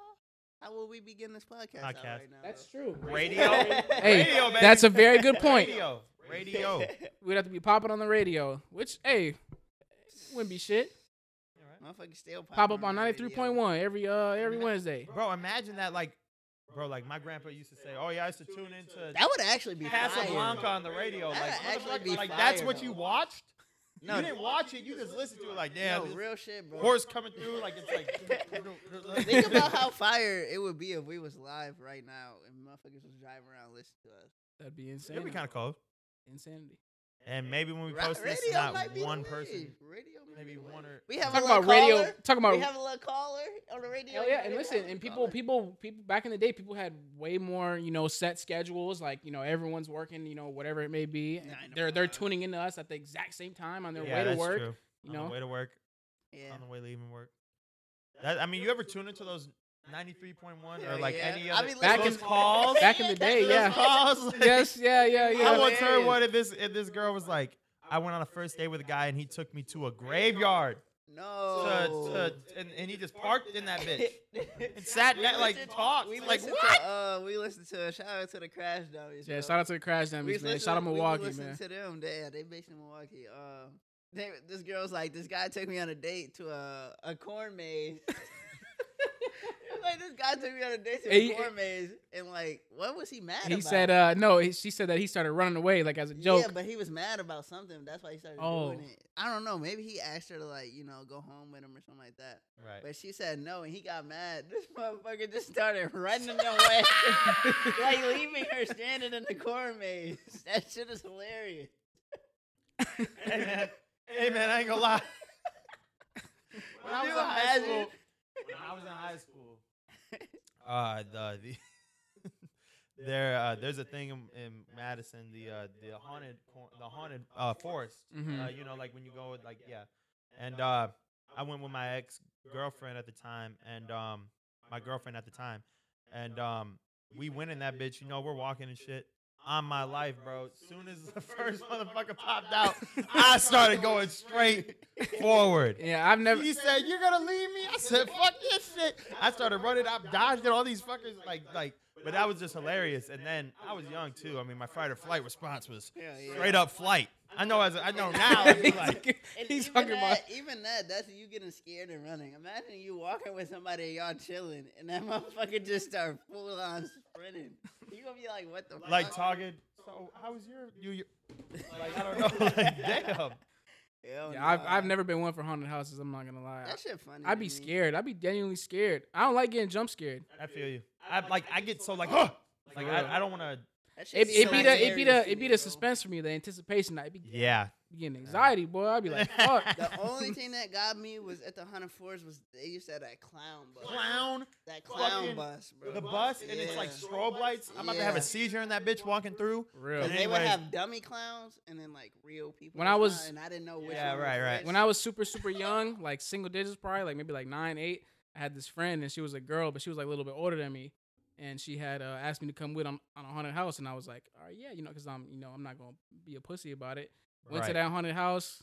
How will we begin this podcast, out Podcast. right now? true. Radio. Hey, radio, baby. that's a very good point. Radio. Radio. though? All We'd have to be popping on the radio, which hey, wouldn't be shit. right. Motherfucking still Pop popping up on the ninety three radio. point one every uh every Wednesday. Bro, imagine that. Like, bro, like my grandpa used to say, oh, yeah, I used to tune into That would actually be Casablanca fire. on the radio. That'd Like, actually motherfucker, be like fire, that's what though. you watched? No, you didn't watch it. You just listened to it. Like, yeah, no, this real shit, bro. horse coming through. Like, it's like. Think about how fire it would be if we was live right now and motherfuckers was driving around listening to us. That'd be insane. It'd be kind of cold. insanity. And maybe when we Ra- post this, radio not might be the one way. person. Radio might maybe be the way. one or- we have Talk a little about radio. caller. Talk about we have a little caller on the radio. Hell yeah, We and have listen, a and people, caller. people, people. Back in the day, people had way more, you know, set schedules. Like, you know, everyone's working, you know, whatever it may be. and Nine to they're they're five. tuning into us at the exact same time on their yeah, way to that's work. True. You on know, the way to work, Yeah. on the way leaving work. That, I mean, you ever tune into those 93.1 or Hell like yeah. any I other be listening Back those to- in- calls? back in the day, that's those yeah. what I'm calls. like- yes, yeah, yeah, yeah. I once want- heard Yeah. what if this if this girl was like, I went on a first date with a guy and he took me to a graveyard saying. to, No. to and, and he just parked in that bitch and sat Oh. We and that, like listened- talked We like listened what? To, uh, we listened to a shout out to the Crash Dummies. yeah, bro. shout out to the Crash We Dummies, was man. listening- Shout out we was Milwaukee, listening man. To them, yeah, they based in Milwaukee. Um, they, this girl's like, this guy took me on a date to a a corn maze. It's like this guy took me on a date to And a he- corn maze, and like, what was he mad He about? said, uh, no, he, she said that he started running away like as a joke. Yeah, but he was mad about something. That's why he started Oh. doing it. I don't know. Maybe he asked her to like, you know, go home with him or something like that. Right. But she said no, and he got mad. This motherfucker just started running away, like leaving her stranded in the corn maze. That shit is hilarious. Hey man, hey man, I ain't gonna lie. when Can I was in you high imagine? school, when I was in high school, uh, the the there uh, there's a thing in, in Madison, the uh, the haunted cor- the haunted uh, forest. Mhm. Uh, you know, like when you go with like yeah, and uh, I went with my ex girlfriend at the time, and um, my girlfriend at the time, and um, we went in that bitch. You know, we're walking and shit. On my life, bro. Soon as the first motherfucker popped out, I started going straight forward. yeah, I've never. He said, "You're gonna leave me." I said, "Fuck this shit." I started running. I dodged at all these fuckers. Like, like, But that was just hilarious. And then I was young too. I mean, my fight or flight response was Hell yeah. straight up flight. I know as I know now, I'd be like, And he's even talking about that, even that, that's you getting scared and running. Imagine you walking with somebody and y'all chilling, and that motherfucker just start full on sprinting. You gonna be like, what the like fuck? talking. So how was your you? Your, like I don't know. Like damn. Hell Yeah, I've, nah. I've never been one for haunted houses. I'm not gonna lie. That shit funny. I'd to be me. scared. I'd be genuinely scared. I don't like getting jump scared. I feel you. I like I get so like like I, I don't want to. That shit It, it so be the it be hilarious the to it me, be the bro. suspense for me, the anticipation. I'd be Yeah. getting anxiety, boy. I'd be like, fuck. The only thing that got me was at the hundred fours was they used to have that clown bus. Clown. That clown Fucking- bus, bro. The bus and it's like Yeah. strobe lights. I'm about to have Yeah. a seizure in that bitch walking through. Real. 'Cause they would Anyways. have dummy clowns and then like real people. When I was, was- and I didn't know which Yeah, one was right, right. which. When I was super, super young, like single digits probably, like maybe like nine, eight, I had this friend and she was a girl, but she was like a little bit older than me. And she had uh, asked me to come with on, on a haunted house. And I was like, all right, yeah, you know, because I'm, you know, I'm not going to be a pussy about it. Went to Right. that haunted house.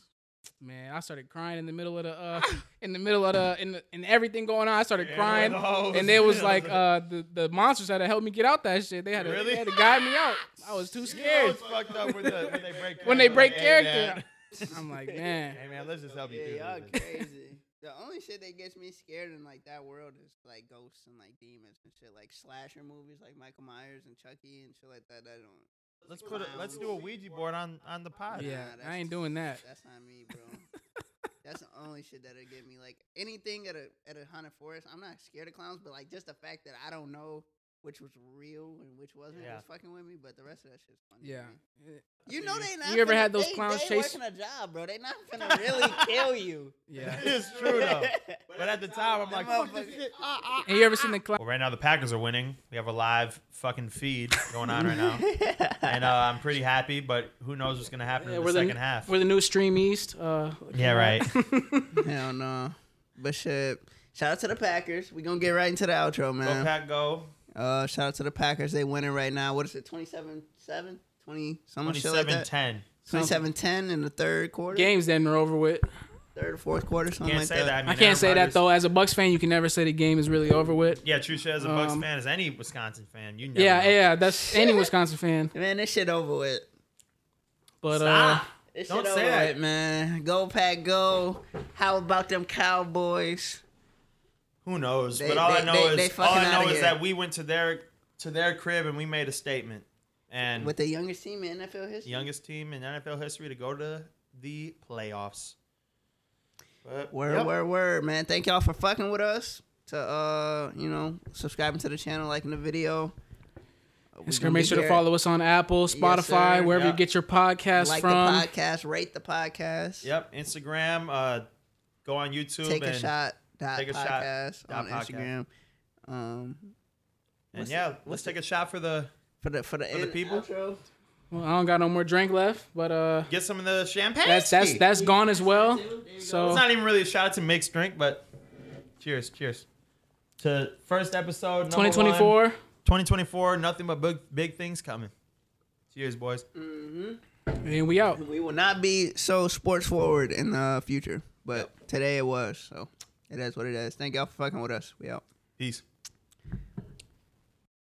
Man, I started crying in the middle of the, uh, in the middle of the, in, the, in everything going on. I started Yeah, crying. with all those And there was bills. like uh, the the monsters had to help me get out that shit. They had to, Really? they had to guide me out. I was too You know scared. it's fucked up when, the, when they break When they character. break Hey, character, man. I'm like, man, man. Hey man, let's just help you yeah, y'all through this. crazy. The only shit that gets me scared in like that world is like ghosts and like demons and shit, like slasher movies like Michael Myers and Chucky and shit like that. That don't. Let's put a, let's do a Ouija board on on the pod. Nah, Yeah, that's- I ain't doing that. That's not me, bro. that's the only shit that'll get me. Like anything at a at a haunted forest, I'm not scared of clowns, but like just the fact that I don't know which was real and which wasn't Yeah. was fucking with me. But the rest of that shit's funny. to yeah. me. You know they not. You ever finna- had those they, clowns they chase- working a job, bro? They not gonna really kill you. Yeah. it's true though. But at the time, I'm Them like, fuck motherfuckers- this shit. And you ever seen the clown? Well, right now the Packers are winning. We have a live fucking feed going on right now, and uh, I'm pretty happy. But who knows what's gonna happen in the second half? We're the new Stream East. Uh, Yeah, right. Hell no. But shit. Shout out to the Packers. we gonna get right into the outro, Go man. pack, go. Uh, shout out to the Packers. They winning right now. What is it, 27 7? 20 something shit like 27 that? 10. 27 10 in the third quarter? Games then are over with. Third or fourth quarter, something Can't like say that. that. mean, I Aaron can't say that Rodgers- though. As a Bucks fan, you can never say the game is really over with. Yeah, true. shit, As a Bucks Um, fan, as any Wisconsin fan, you never Yeah, know. yeah. That's any Wisconsin fan. Man, this shit over with. But uh, Stop. This Don't shit say over that. with, man. Go, Pack, go. How about them Cowboys? Who knows? They- but all they- I know they- is they all fucking I know outta is here. that we went to their to their crib and we made a statement. And With the youngest team in NFL history? youngest team in NFL history to go to the playoffs. But, Word, yep. word, word, man. Thank y'all for fucking with us. To uh, you know, subscribing to the channel, liking the video. Uh, we just gonna make be sure to here. follow us on Apple, Spotify, sir. wherever Yeah. you get your podcast like from. the podcast, rate the podcast, Yep, Instagram. Uh, go on YouTube take and, a shot. Dot Take a shot podcast dot on podcast. Instagram. Um, and What's yeah, the- let's take a shot for the for the for the, the end people? outro. Well, I don't got no more drink left, but uh, get some of the champagne. that's that's that's gone as well. So It's not even really a shout out to mixed drink, but cheers, cheers to first episode number one, 2024. 2024, nothing but big big things coming. Cheers, boys. And we out. We will not be so sports forward in the future, but today it was. So it is what it is. Thank y'all for fucking with us. We out. Peace.